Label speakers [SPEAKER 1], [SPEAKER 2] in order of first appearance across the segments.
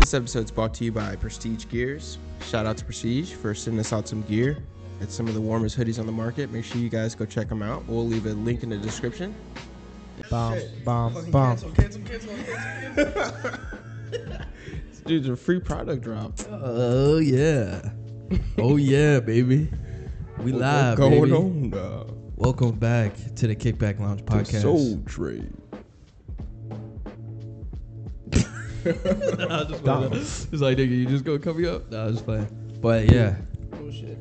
[SPEAKER 1] This episode's brought to you by Prestige Gears. Shout out to Prestige for sending us out some gear. It's some of the warmest hoodies on the market. Make sure you guys go check them out. We'll leave a link in the description.
[SPEAKER 2] Bomb, bomb, bomb.
[SPEAKER 3] Cancel, cancel, cancel.
[SPEAKER 1] Dude, a free product drop.
[SPEAKER 2] Oh yeah, oh yeah, baby. We live,
[SPEAKER 1] going
[SPEAKER 2] baby.
[SPEAKER 1] on now?
[SPEAKER 2] Welcome back to the Kickback Lounge podcast.
[SPEAKER 1] Soul Train.
[SPEAKER 2] I was just playing. it's like, nigga, you just gonna cover me up? Nah, I was playing. But yeah,
[SPEAKER 3] Bullshit.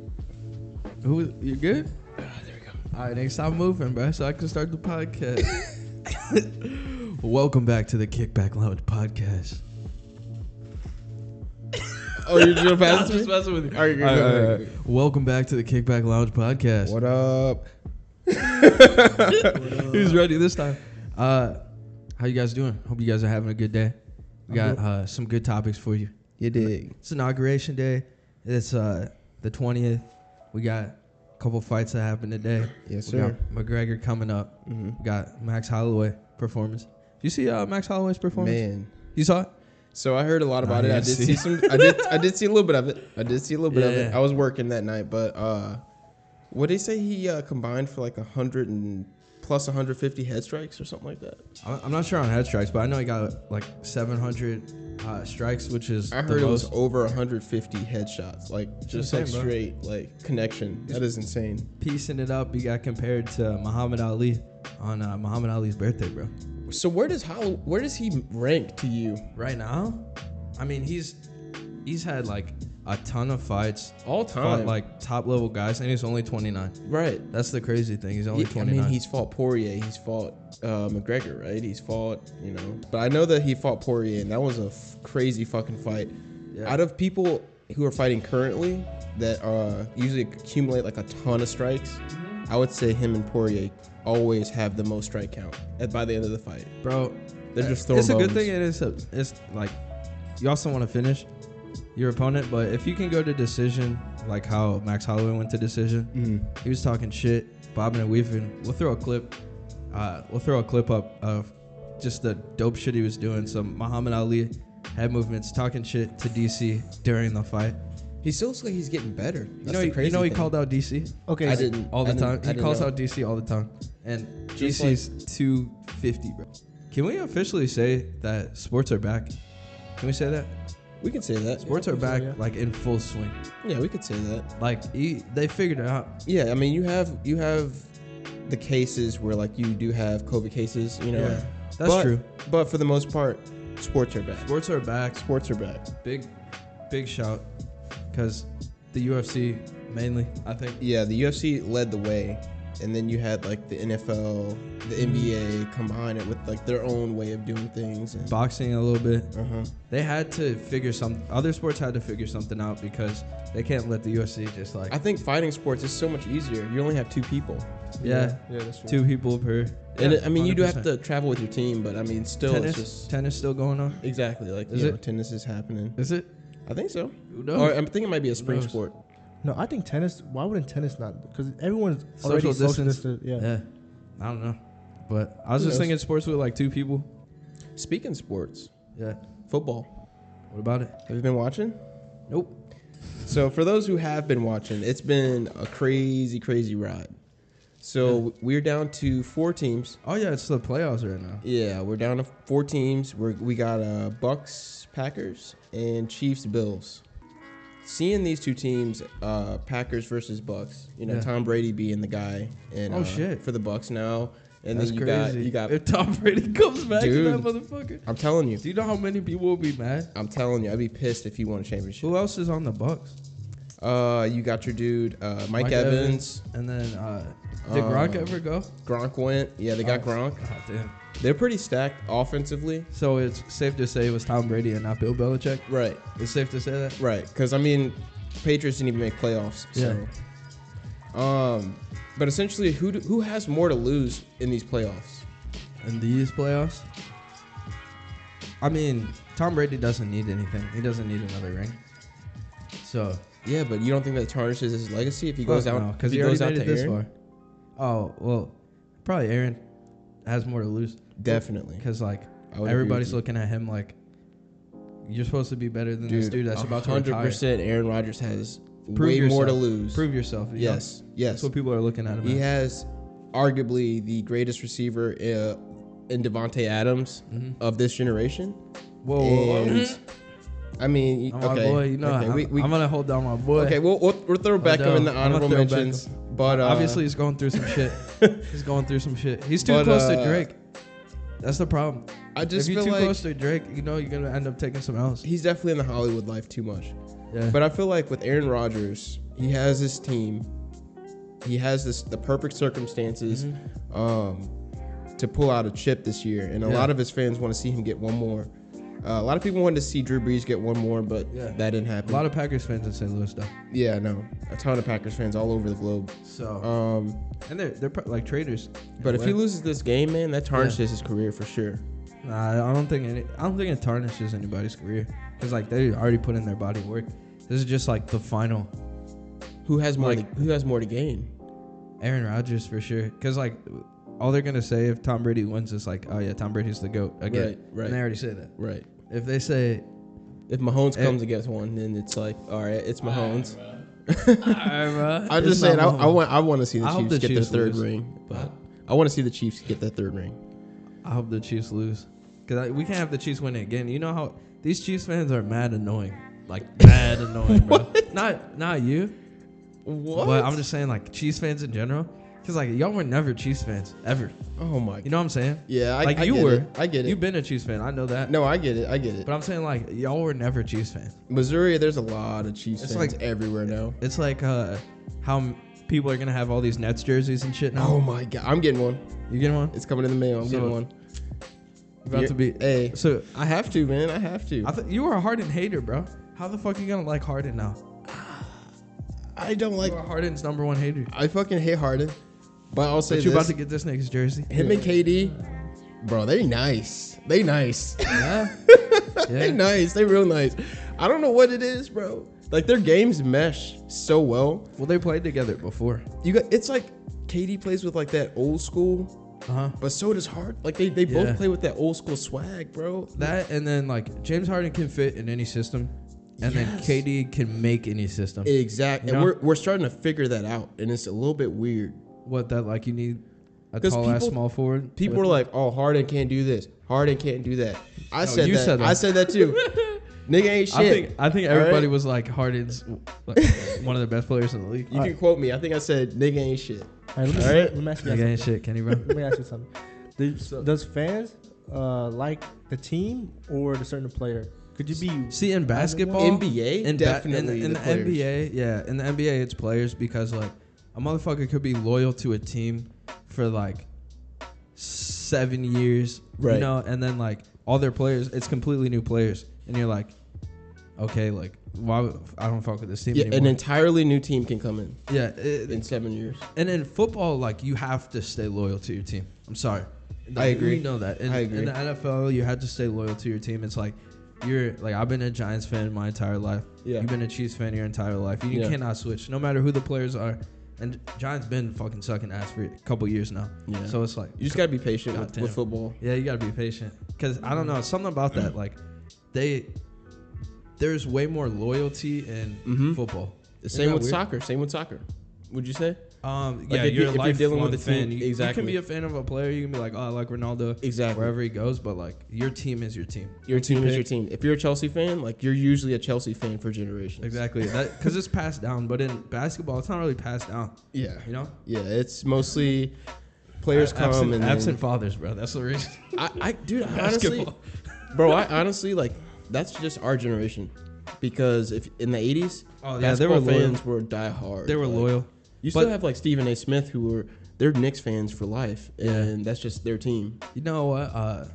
[SPEAKER 2] who you good? All right, next time moving, bro, so I can start the podcast. Welcome back to the Kickback Lounge podcast.
[SPEAKER 1] Oh, you're gonna
[SPEAKER 2] I
[SPEAKER 1] pass
[SPEAKER 2] was just
[SPEAKER 1] me?
[SPEAKER 2] messing with you.
[SPEAKER 1] All right, good,
[SPEAKER 2] All right,
[SPEAKER 1] good,
[SPEAKER 2] all right,
[SPEAKER 1] good,
[SPEAKER 2] all right. Welcome back to the Kickback Lounge podcast.
[SPEAKER 1] What up?
[SPEAKER 2] He was ready this time. Uh, how you guys doing? Hope you guys are having a good day. We got uh, some good topics for you.
[SPEAKER 3] You dig.
[SPEAKER 2] It's inauguration day. It's uh, the twentieth. We got a couple fights that happened today.
[SPEAKER 3] Yes,
[SPEAKER 2] we got McGregor coming up.
[SPEAKER 1] Mm-hmm.
[SPEAKER 2] We got Max Holloway performance. You see uh, Max Holloway's performance?
[SPEAKER 3] Man.
[SPEAKER 2] You saw it?
[SPEAKER 1] So I heard a lot about
[SPEAKER 2] I
[SPEAKER 1] it. I
[SPEAKER 2] didn't
[SPEAKER 1] did
[SPEAKER 2] see
[SPEAKER 1] see some. I did. I did see a little bit of it. I did see a little bit of it.
[SPEAKER 2] Yeah.
[SPEAKER 1] I was working that night, but uh, what they say he uh, combined for like a hundred and plus 150 head strikes or something like that.
[SPEAKER 2] I- I'm not sure on head strikes, but I know he got like 700 uh, strikes, which is
[SPEAKER 1] I
[SPEAKER 2] the
[SPEAKER 1] heard it was
[SPEAKER 2] most.
[SPEAKER 1] over 150 headshots, like just like
[SPEAKER 2] insane, bro.
[SPEAKER 1] straight like connection. That is insane.
[SPEAKER 2] piecing it up. He got compared to Muhammad Ali on uh, Muhammad Ali's birthday, bro.
[SPEAKER 1] So where does Hollow? Where does he rank to you?
[SPEAKER 2] Right now, I mean, he's he's had like a ton of fights,
[SPEAKER 1] All
[SPEAKER 2] fought
[SPEAKER 1] time,
[SPEAKER 2] like top level guys, and he's only 29.
[SPEAKER 1] right?
[SPEAKER 2] That's the crazy thing. He's only
[SPEAKER 1] He- I
[SPEAKER 2] 29.
[SPEAKER 1] mean, he's fought Poirier, he's fought uh, McGregor, right? He's fought, you know. But I know that he fought Poirier, and that was a f- crazy fucking fight.
[SPEAKER 2] Yeah.
[SPEAKER 1] Out of people who are fighting currently that uh, usually accumulate like a ton of strikes, I would say him and Poirier always have the most strike count at, by the end of the fight.
[SPEAKER 2] bro.
[SPEAKER 1] They're just
[SPEAKER 2] It's a
[SPEAKER 1] throwing
[SPEAKER 2] good
[SPEAKER 1] bones.
[SPEAKER 2] thing. It is. A, it's like you also want to finish your opponent, but if you can go to decision, like how Max Holloway went to decision,
[SPEAKER 1] Mm-hmm.
[SPEAKER 2] he was talking shit, bobbing and weaving. We'll throw a clip. Uh, we'll throw a clip up of just the dope shit he was doing. Some Muhammad Ali head movements, talking shit to DC during the fight.
[SPEAKER 1] He still looks like he's getting better. That's
[SPEAKER 2] You know,
[SPEAKER 1] the
[SPEAKER 2] he,
[SPEAKER 1] crazy
[SPEAKER 2] you know he
[SPEAKER 1] thing.
[SPEAKER 2] called out DC
[SPEAKER 3] Okay.
[SPEAKER 1] I
[SPEAKER 3] so-
[SPEAKER 1] didn't
[SPEAKER 2] all the
[SPEAKER 1] I didn't-
[SPEAKER 2] time.
[SPEAKER 1] I
[SPEAKER 2] He
[SPEAKER 1] didn't
[SPEAKER 2] calls
[SPEAKER 1] know.
[SPEAKER 2] out DC all the time, and
[SPEAKER 1] Just
[SPEAKER 2] DC's 250, bro. Can we officially say that sports are back? Can we say that
[SPEAKER 1] We could say that.
[SPEAKER 2] sports are back, like in full swing?
[SPEAKER 1] Yeah, we could say that.
[SPEAKER 2] Like e they figured it out.
[SPEAKER 1] Yeah, I mean you have you have the cases where like you do have COVID cases, you know.
[SPEAKER 2] Yeah, that's
[SPEAKER 1] But-
[SPEAKER 2] true.
[SPEAKER 1] But for the most part, sports are back.
[SPEAKER 2] Sports are back.
[SPEAKER 1] Sports are back.
[SPEAKER 2] Big, big shout, because the UFC mainly, I think. e,
[SPEAKER 1] Yeah, the UFC led the way, and then you had like the NFL,
[SPEAKER 2] Mm-hmm.
[SPEAKER 1] the NBA combine it with like their own way of doing things. And,
[SPEAKER 2] Boxing a little bit.
[SPEAKER 1] uh-huh.
[SPEAKER 2] They had to figure some. Other sports had to figure something out because they can't let the UFC just like
[SPEAKER 1] I think fighting sports is so much easier. You only have two people,
[SPEAKER 2] yeah,
[SPEAKER 3] Yeah, that's true.
[SPEAKER 2] two people per.
[SPEAKER 1] and
[SPEAKER 2] Yeah,
[SPEAKER 1] I mean you do have
[SPEAKER 2] 100%.
[SPEAKER 1] to travel with your team, but I mean still
[SPEAKER 2] tennis,
[SPEAKER 1] it's just
[SPEAKER 2] tennis still going on?
[SPEAKER 1] exactly like
[SPEAKER 2] Is
[SPEAKER 1] you
[SPEAKER 2] it?
[SPEAKER 1] know, tennis is happening.
[SPEAKER 2] Is it?
[SPEAKER 1] I think so.
[SPEAKER 2] Who knows?
[SPEAKER 1] Or I think it might be a spring
[SPEAKER 2] knows?
[SPEAKER 1] sport.
[SPEAKER 3] No, I think tennis. Why wouldn't tennis not? Because everyone's
[SPEAKER 2] Social
[SPEAKER 3] already social
[SPEAKER 2] distance.
[SPEAKER 3] distance. Yeah.
[SPEAKER 2] yeah, I don't know, but I was
[SPEAKER 1] Who
[SPEAKER 2] just
[SPEAKER 1] knows?
[SPEAKER 2] thinking sports with like two people.
[SPEAKER 1] Speaking sports,
[SPEAKER 2] Yeah.
[SPEAKER 1] football.
[SPEAKER 2] What about it?
[SPEAKER 1] Have you been watching?
[SPEAKER 2] Nope.
[SPEAKER 1] So for those who have been watching, it's been a crazy, crazy ride. So we're down to four teams.
[SPEAKER 2] Oh yeah, it's the playoffs right now.
[SPEAKER 1] Yeah, we're down to four teams. We're, we got uh, Bucks, Packers, and Chiefs, Bills. Seeing these two teams, uh, Packers versus Bucks. You know,
[SPEAKER 2] Yeah.
[SPEAKER 1] Tom Brady being the guy, and
[SPEAKER 2] Oh,
[SPEAKER 1] uh,
[SPEAKER 2] shit.
[SPEAKER 1] for the Bucks now. And
[SPEAKER 2] That's
[SPEAKER 1] then you
[SPEAKER 2] crazy.
[SPEAKER 1] got you got.
[SPEAKER 2] if Tom Brady comes back to
[SPEAKER 1] Dude.
[SPEAKER 2] that motherfucker,
[SPEAKER 1] I'm telling you,
[SPEAKER 2] do you know how many people will be mad?
[SPEAKER 1] I'm telling you, I'd be pissed if you won a championship.
[SPEAKER 2] Who else is on the Bucks?
[SPEAKER 1] Uh, you got your dude uh, Mike, Evans.
[SPEAKER 2] and then uh, did
[SPEAKER 1] Uh,
[SPEAKER 2] Gronk ever go?
[SPEAKER 1] Gronk went. Yeah, they got
[SPEAKER 2] Oh,
[SPEAKER 1] Gronk.
[SPEAKER 2] Oh, damn.
[SPEAKER 1] They're pretty stacked offensively.
[SPEAKER 2] So it's safe to say it was Tom Brady and not Bill Belichick.
[SPEAKER 1] Right,
[SPEAKER 2] It's safe to say that.
[SPEAKER 1] right. Because I mean, Patriots didn't even make playoffs. So. Um, but essentially, who do, who has more to lose in these playoffs?
[SPEAKER 2] in these playoffs. I mean, Tom Brady doesn't need anything. He doesn't need another ring. So
[SPEAKER 1] Yeah, but you don't think that tarnishes his legacy if he goes
[SPEAKER 2] fuck
[SPEAKER 1] out
[SPEAKER 2] no, because
[SPEAKER 1] if
[SPEAKER 2] he, already
[SPEAKER 1] goes out
[SPEAKER 2] made it this
[SPEAKER 1] Aaron?
[SPEAKER 2] far. Oh well, probably Aaron has more to lose
[SPEAKER 1] Definitely.
[SPEAKER 2] because like
[SPEAKER 1] I would agree
[SPEAKER 2] everybody's
[SPEAKER 1] with you.
[SPEAKER 2] looking at him like You're supposed to be better than this dude that's about to retire.
[SPEAKER 1] 100% Aaron Rodgers has
[SPEAKER 2] Prove
[SPEAKER 1] way more
[SPEAKER 2] yourself.
[SPEAKER 1] to lose.
[SPEAKER 2] Prove yourself. you know?
[SPEAKER 1] yes, yes.
[SPEAKER 2] That's what people are looking at him.
[SPEAKER 1] He
[SPEAKER 2] as.
[SPEAKER 1] has arguably the greatest receiver uh, in Devonte Adams
[SPEAKER 2] Mm-hmm.
[SPEAKER 1] of this generation.
[SPEAKER 2] Whoa, whoa, whoa.
[SPEAKER 1] And, I mean,
[SPEAKER 2] I'm
[SPEAKER 1] okay,
[SPEAKER 2] my oh. boy. You know,
[SPEAKER 1] okay,
[SPEAKER 2] I'm,
[SPEAKER 1] we, we,
[SPEAKER 2] I'm gonna hold down my boy.
[SPEAKER 1] okay, we'll, we'll, we'll throw back him in the
[SPEAKER 2] down. I'm
[SPEAKER 1] honorable
[SPEAKER 2] gonna throw back
[SPEAKER 1] mentions, but uh,
[SPEAKER 2] Obviously, he's going through some shit. he's going through some shit. He's too
[SPEAKER 1] But,
[SPEAKER 2] close
[SPEAKER 1] uh,
[SPEAKER 2] to Drake. That's the problem.
[SPEAKER 1] I just
[SPEAKER 2] if you're
[SPEAKER 1] feel
[SPEAKER 2] too
[SPEAKER 1] like
[SPEAKER 2] close to Drake, you know you're gonna end up taking some else.
[SPEAKER 1] he's definitely in the Hollywood life too much.
[SPEAKER 2] Yeah.
[SPEAKER 1] But I feel like with Aaron Rodgers, he has this team. He has this the perfect circumstances um, to pull out a chip this year, and a
[SPEAKER 2] Yeah.
[SPEAKER 1] lot of his fans want to see him get one more. Uh, a lot of people wanted to see Drew Brees get one more, but
[SPEAKER 2] Yeah.
[SPEAKER 1] that didn't
[SPEAKER 2] a
[SPEAKER 1] happen.
[SPEAKER 2] lot of Packers fans in St. Louis though.
[SPEAKER 1] yeah, no, a ton of Packers fans all over the globe.
[SPEAKER 2] So
[SPEAKER 1] Um,
[SPEAKER 2] and they're they're pro- like traders.
[SPEAKER 1] but if he loses this game, man, that tarnishes
[SPEAKER 2] Yeah.
[SPEAKER 1] his career for sure.
[SPEAKER 2] nah, I don't think any, I don't think it tarnishes anybody's career because like they already put in their body work. This is just like the final.
[SPEAKER 1] Who has more?
[SPEAKER 2] Like-
[SPEAKER 1] to, who has more to gain?
[SPEAKER 2] Aaron Rodgers for sure. Because like all they're gonna say if Tom Brady wins is like, oh yeah, Tom Brady's the goat again.
[SPEAKER 1] Right, right.
[SPEAKER 2] And they already say that.
[SPEAKER 1] Right.
[SPEAKER 2] If they say,
[SPEAKER 1] If Mahomes
[SPEAKER 2] Eh.
[SPEAKER 1] comes and gets one, then it's like, all right, it's Mahomes. I'm
[SPEAKER 2] It's
[SPEAKER 1] just saying, I,
[SPEAKER 2] not
[SPEAKER 1] I
[SPEAKER 2] Mahomes.
[SPEAKER 1] want I want to see the
[SPEAKER 2] I hope
[SPEAKER 1] Chiefs
[SPEAKER 2] the
[SPEAKER 1] get
[SPEAKER 2] Chiefs
[SPEAKER 1] their third
[SPEAKER 2] lose.
[SPEAKER 1] ring, but I want to see the Chiefs get their third ring.
[SPEAKER 2] I hope the Chiefs lose because we can't have the Chiefs win it again. You know how these Chiefs fans are mad annoying, like mad annoying, bro. Not not you,
[SPEAKER 1] What?
[SPEAKER 2] but I'm just saying like Chiefs fans in general. Cause like y'all were never Chiefs fans ever.
[SPEAKER 1] oh my.
[SPEAKER 2] You know what I'm saying?
[SPEAKER 1] yeah, I,
[SPEAKER 2] like
[SPEAKER 1] I
[SPEAKER 2] you
[SPEAKER 1] get
[SPEAKER 2] were.
[SPEAKER 1] It. I get it.
[SPEAKER 2] You've been a Chiefs fan. I know that.
[SPEAKER 1] no, I get it. I get it.
[SPEAKER 2] But I'm saying like y'all were never Chiefs fans.
[SPEAKER 1] Missouri, there's a lot of Chiefs
[SPEAKER 2] It's
[SPEAKER 1] fans
[SPEAKER 2] like-
[SPEAKER 1] everywhere now.
[SPEAKER 2] It's like uh, how m- people are gonna have all these Nets jerseys and shit now.
[SPEAKER 1] Oh my god, I'm getting one.
[SPEAKER 2] You getting one?
[SPEAKER 1] It's coming in the mail. I'm
[SPEAKER 2] So,
[SPEAKER 1] getting one.
[SPEAKER 2] About to be.
[SPEAKER 1] Hey,
[SPEAKER 2] So
[SPEAKER 1] I have to, man. I have to.
[SPEAKER 2] I th- you were a Harden hater, bro. How the fuck you gonna like Harden now?
[SPEAKER 1] I don't like.
[SPEAKER 2] You are Harden's number one hater.
[SPEAKER 1] I fucking hate Harden, but I'll say
[SPEAKER 2] But you
[SPEAKER 1] this:
[SPEAKER 2] about to get this nigga's jersey?
[SPEAKER 1] him and KD, bro, they nice. They nice.
[SPEAKER 2] Yeah.
[SPEAKER 1] They
[SPEAKER 2] yeah.
[SPEAKER 1] nice. They real nice. I don't know what it is, bro. Like their games mesh so well.
[SPEAKER 2] Well, they played together before.
[SPEAKER 1] You got it's like KD plays with like that old school,
[SPEAKER 2] Uh huh.
[SPEAKER 1] but so does Hart. Like they, they
[SPEAKER 2] Yeah.
[SPEAKER 1] both play with that old school swag, bro.
[SPEAKER 2] That and then like James Harden can fit in any system, and then
[SPEAKER 1] Yes.
[SPEAKER 2] KD can make any system.
[SPEAKER 1] Exactly.
[SPEAKER 2] You
[SPEAKER 1] And
[SPEAKER 2] know?
[SPEAKER 1] we're we're starting to figure that out, and it's a little bit weird.
[SPEAKER 2] what that like you need a
[SPEAKER 1] 'Cause
[SPEAKER 2] tall ass
[SPEAKER 1] people-
[SPEAKER 2] small forward.
[SPEAKER 1] People are like, "Oh, Harden can't do this. Harden can't do that." I said,
[SPEAKER 2] you
[SPEAKER 1] that.
[SPEAKER 2] said that.
[SPEAKER 1] I said that too. Nigga ain't shit.
[SPEAKER 2] I think I think everybody
[SPEAKER 1] Alright?
[SPEAKER 2] was like Harden's like, one of the best players in the league.
[SPEAKER 1] You can quote me. I think I said, "Nigga ain't shit."
[SPEAKER 3] All right, let me,
[SPEAKER 1] All right.
[SPEAKER 3] let me ask you
[SPEAKER 2] Nigga
[SPEAKER 3] guys.
[SPEAKER 2] ain't shit, Kenny bro.
[SPEAKER 3] Let me ask you something. Does, does fans uh, like the team or the certain player? Could you be?
[SPEAKER 2] See in basketball,
[SPEAKER 1] NBA?
[SPEAKER 2] in ba-
[SPEAKER 1] Definitely
[SPEAKER 2] in, in
[SPEAKER 1] the
[SPEAKER 2] the,
[SPEAKER 1] players.
[SPEAKER 2] NBA, yeah, in the NBA, it's players because like a motherfucker could be loyal to a team for like seven years,
[SPEAKER 1] Right.
[SPEAKER 2] You know, and then like all their players, it's completely new players, and you're like, okay, like why would- I don't fuck with this team
[SPEAKER 1] Yeah, an
[SPEAKER 2] anymore?
[SPEAKER 1] entirely new team can come in
[SPEAKER 2] yeah, it-
[SPEAKER 1] in seven years.
[SPEAKER 2] and in football, like you have to stay loyal to your team. I'm sorry,
[SPEAKER 1] I agree.
[SPEAKER 2] You know that. In,
[SPEAKER 1] I agree.
[SPEAKER 2] in the NFL, you have to stay loyal to your team. It's like you're like I've been a Giants fan my entire life.
[SPEAKER 1] Yeah.
[SPEAKER 2] You've been a Chiefs fan your entire life. You,
[SPEAKER 1] Yeah.
[SPEAKER 2] cannot switch, no matter who the players are. And Giants been fucking sucking ass for a couple years now.
[SPEAKER 1] Yeah.
[SPEAKER 2] So it's like
[SPEAKER 1] You just gotta be patient with,
[SPEAKER 2] Goddamn.
[SPEAKER 1] with football.
[SPEAKER 2] yeah, you gotta be patient because I don't know something about
[SPEAKER 1] Mm.
[SPEAKER 2] that. Like they, there's way more loyalty in
[SPEAKER 1] Mhm.
[SPEAKER 2] football.
[SPEAKER 1] The
[SPEAKER 2] Isn't
[SPEAKER 1] same
[SPEAKER 2] that
[SPEAKER 1] with
[SPEAKER 2] weird?
[SPEAKER 1] soccer. Same with soccer. Would you say?
[SPEAKER 2] Um,
[SPEAKER 1] Like,
[SPEAKER 2] yeah,
[SPEAKER 1] if you-
[SPEAKER 2] you're,
[SPEAKER 1] if you're
[SPEAKER 2] a
[SPEAKER 1] dealing with
[SPEAKER 2] lifelong
[SPEAKER 1] a team-
[SPEAKER 2] fan. You- You
[SPEAKER 1] exactly.
[SPEAKER 2] can be a fan of a player. You can be like, oh, I like Ronaldo.
[SPEAKER 1] Exactly.
[SPEAKER 2] Wherever he goes, but like your team is your team.
[SPEAKER 1] Your team
[SPEAKER 2] pick.
[SPEAKER 1] is your team. If you're a Chelsea fan, like you're usually a Chelsea fan for generations.
[SPEAKER 2] Exactly. That because it's passed down, but in basketball, it's not really passed down.
[SPEAKER 1] Yeah.
[SPEAKER 2] You know,
[SPEAKER 1] Yeah. It's mostly players
[SPEAKER 2] A-
[SPEAKER 1] come
[SPEAKER 2] absent,
[SPEAKER 1] and then-
[SPEAKER 2] absent fathers, bro. That's the reason.
[SPEAKER 1] I, I dude, I honestly,
[SPEAKER 2] Basketball.
[SPEAKER 1] bro, I honestly like that's just our generation because if in the '80s,
[SPEAKER 2] Oh,
[SPEAKER 1] oh,
[SPEAKER 2] yeah,
[SPEAKER 1] yeah,
[SPEAKER 2] they were
[SPEAKER 1] basketball
[SPEAKER 2] loyal.
[SPEAKER 1] fans were diehard.
[SPEAKER 2] They were
[SPEAKER 1] Like,
[SPEAKER 2] loyal.
[SPEAKER 1] You
[SPEAKER 2] But-
[SPEAKER 1] still have like Stephen A. Smith who were they're Knicks fans for life, and that's just their team.
[SPEAKER 2] You know what? Uh,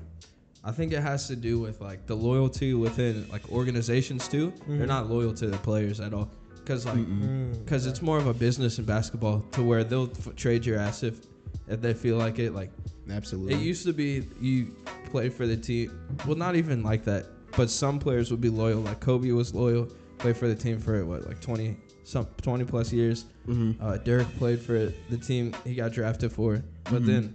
[SPEAKER 2] I think it has to do with like the loyalty within like organizations too. They're not loyal to the players at all, because like
[SPEAKER 3] Mm.
[SPEAKER 2] because it's more of a business in basketball to where they'll f- trade your ass if if they feel like it. Like
[SPEAKER 1] Absolutely.
[SPEAKER 2] It used to be you play for the team. Well, not even like that, but some players would be loyal. Like Kobe was loyal, played for the team for what, like twenty some twenty plus years.
[SPEAKER 1] Mm-hmm.
[SPEAKER 2] Uh, Dirk played for the team he got drafted for, it.
[SPEAKER 1] Mm-hmm.
[SPEAKER 2] but then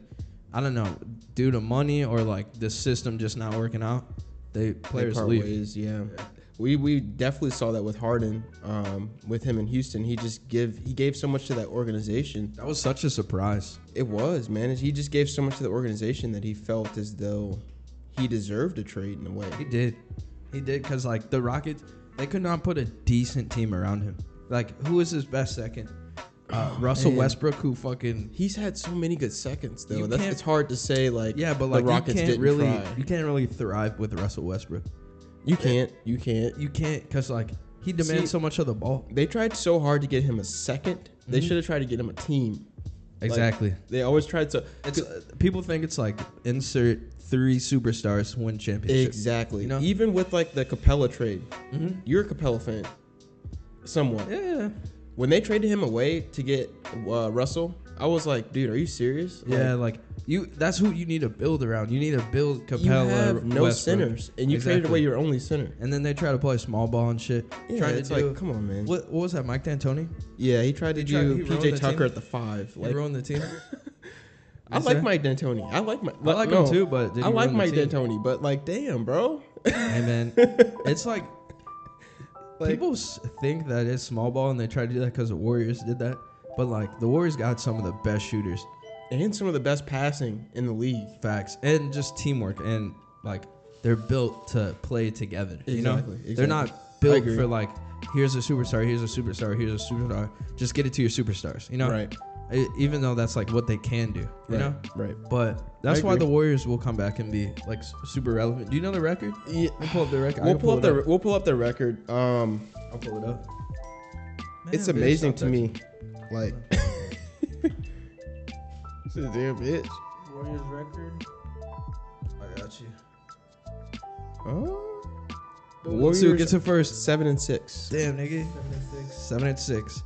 [SPEAKER 2] I don't know, due to money or like the system just not working out, they players
[SPEAKER 1] part
[SPEAKER 2] leave.
[SPEAKER 1] ways, yeah. We we definitely saw that with Harden, um, with him in Houston. He just give he gave so much to that organization.
[SPEAKER 2] That was such a surprise.
[SPEAKER 1] It was man. He just gave so much to the organization that he felt as though he deserved a trade in a way.
[SPEAKER 2] He did. He did because like the Rockets, they could not put a decent team around him. Like who is his best second? Uh, Russell
[SPEAKER 1] man.
[SPEAKER 2] Westbrook, who fucking
[SPEAKER 1] He's had so many good seconds though.
[SPEAKER 2] You
[SPEAKER 1] That's,
[SPEAKER 2] can't-
[SPEAKER 1] it's hard to say like
[SPEAKER 2] yeah, but like
[SPEAKER 1] the Rockets
[SPEAKER 2] you can't
[SPEAKER 1] didn't
[SPEAKER 2] really
[SPEAKER 1] try.
[SPEAKER 2] you can't really thrive with Russell Westbrook.
[SPEAKER 1] You can't. You can't.
[SPEAKER 2] You can't because like he demands
[SPEAKER 1] See-
[SPEAKER 2] so much of the ball.
[SPEAKER 1] They tried so hard to get him a 2nd They
[SPEAKER 2] Mm-hmm.
[SPEAKER 1] should have tried to get him a team. Like,
[SPEAKER 2] Exactly.
[SPEAKER 1] they always tried to.
[SPEAKER 2] It's uh, people think it's like insert three superstars win championship.
[SPEAKER 1] Exactly.
[SPEAKER 2] You know?
[SPEAKER 1] Even with like the Capella trade,
[SPEAKER 2] Mhm.
[SPEAKER 1] you're a Capella fan, somewhat.
[SPEAKER 2] Yeah.
[SPEAKER 1] When they traded him away to get uh, Russell, I was like, dude, are you serious? Like,
[SPEAKER 2] Yeah, like you that's who you need to build around. You need to build
[SPEAKER 1] you
[SPEAKER 2] Capella.
[SPEAKER 1] have no
[SPEAKER 2] Westbrook.
[SPEAKER 1] centers, and you traded
[SPEAKER 2] Exactly.
[SPEAKER 1] away your only center.
[SPEAKER 2] and then they try to play small ball and shit.
[SPEAKER 1] Yeah,
[SPEAKER 2] trying
[SPEAKER 1] it's
[SPEAKER 2] to do
[SPEAKER 1] like, come on, man.
[SPEAKER 2] what, what was that, Mike D'Antoni?
[SPEAKER 1] Yeah, he tried to
[SPEAKER 2] He tried-
[SPEAKER 1] do
[SPEAKER 2] he ruined the
[SPEAKER 1] PJ Tucker
[SPEAKER 2] team.
[SPEAKER 1] at the five.
[SPEAKER 2] Like,
[SPEAKER 1] Like,
[SPEAKER 2] ruined the team.
[SPEAKER 1] I
[SPEAKER 2] Is
[SPEAKER 1] like
[SPEAKER 2] that-
[SPEAKER 1] Mike D'Antoni. I like my.
[SPEAKER 2] I like him too, but did
[SPEAKER 1] I
[SPEAKER 2] he
[SPEAKER 1] like
[SPEAKER 2] ruin the
[SPEAKER 1] Mike
[SPEAKER 2] team?
[SPEAKER 1] D'Antoni, but like, damn, bro.
[SPEAKER 2] Hey man, it's like,
[SPEAKER 1] Like-
[SPEAKER 2] people s- think that it's small ball and they try to do that because the Warriors did that. But like the Warriors got some of the best shooters,
[SPEAKER 1] and some of the best passing in the league.
[SPEAKER 2] facts, and just teamwork and like they're built to play together. You know,
[SPEAKER 1] Exactly,
[SPEAKER 2] they're
[SPEAKER 1] exactly.
[SPEAKER 2] not
[SPEAKER 1] I
[SPEAKER 2] built
[SPEAKER 1] agree.
[SPEAKER 2] for like here's a superstar, here's a superstar, here's a superstar. Just get it to your superstars. You know,
[SPEAKER 1] Right.
[SPEAKER 2] E- Even though that's like what they can do. You
[SPEAKER 1] Right,
[SPEAKER 2] know,
[SPEAKER 1] right.
[SPEAKER 2] But that's why
[SPEAKER 1] agree.
[SPEAKER 2] the Warriors will come back and be like s- super relevant. Do you know the record?
[SPEAKER 1] Yeah.
[SPEAKER 2] We'll pull up the record. I
[SPEAKER 1] We'll
[SPEAKER 2] can
[SPEAKER 1] pull up
[SPEAKER 2] it
[SPEAKER 1] their we'll pull up their record. Um,
[SPEAKER 2] I'll pull it up.
[SPEAKER 1] it's amazing to me, like this is damn bitch.
[SPEAKER 3] Warriors record.
[SPEAKER 2] I got you.
[SPEAKER 1] Oh, The
[SPEAKER 2] Let's see who
[SPEAKER 1] Warriors-
[SPEAKER 2] gets it first.
[SPEAKER 1] seven and six.
[SPEAKER 2] Damn, nigga. Seven and six.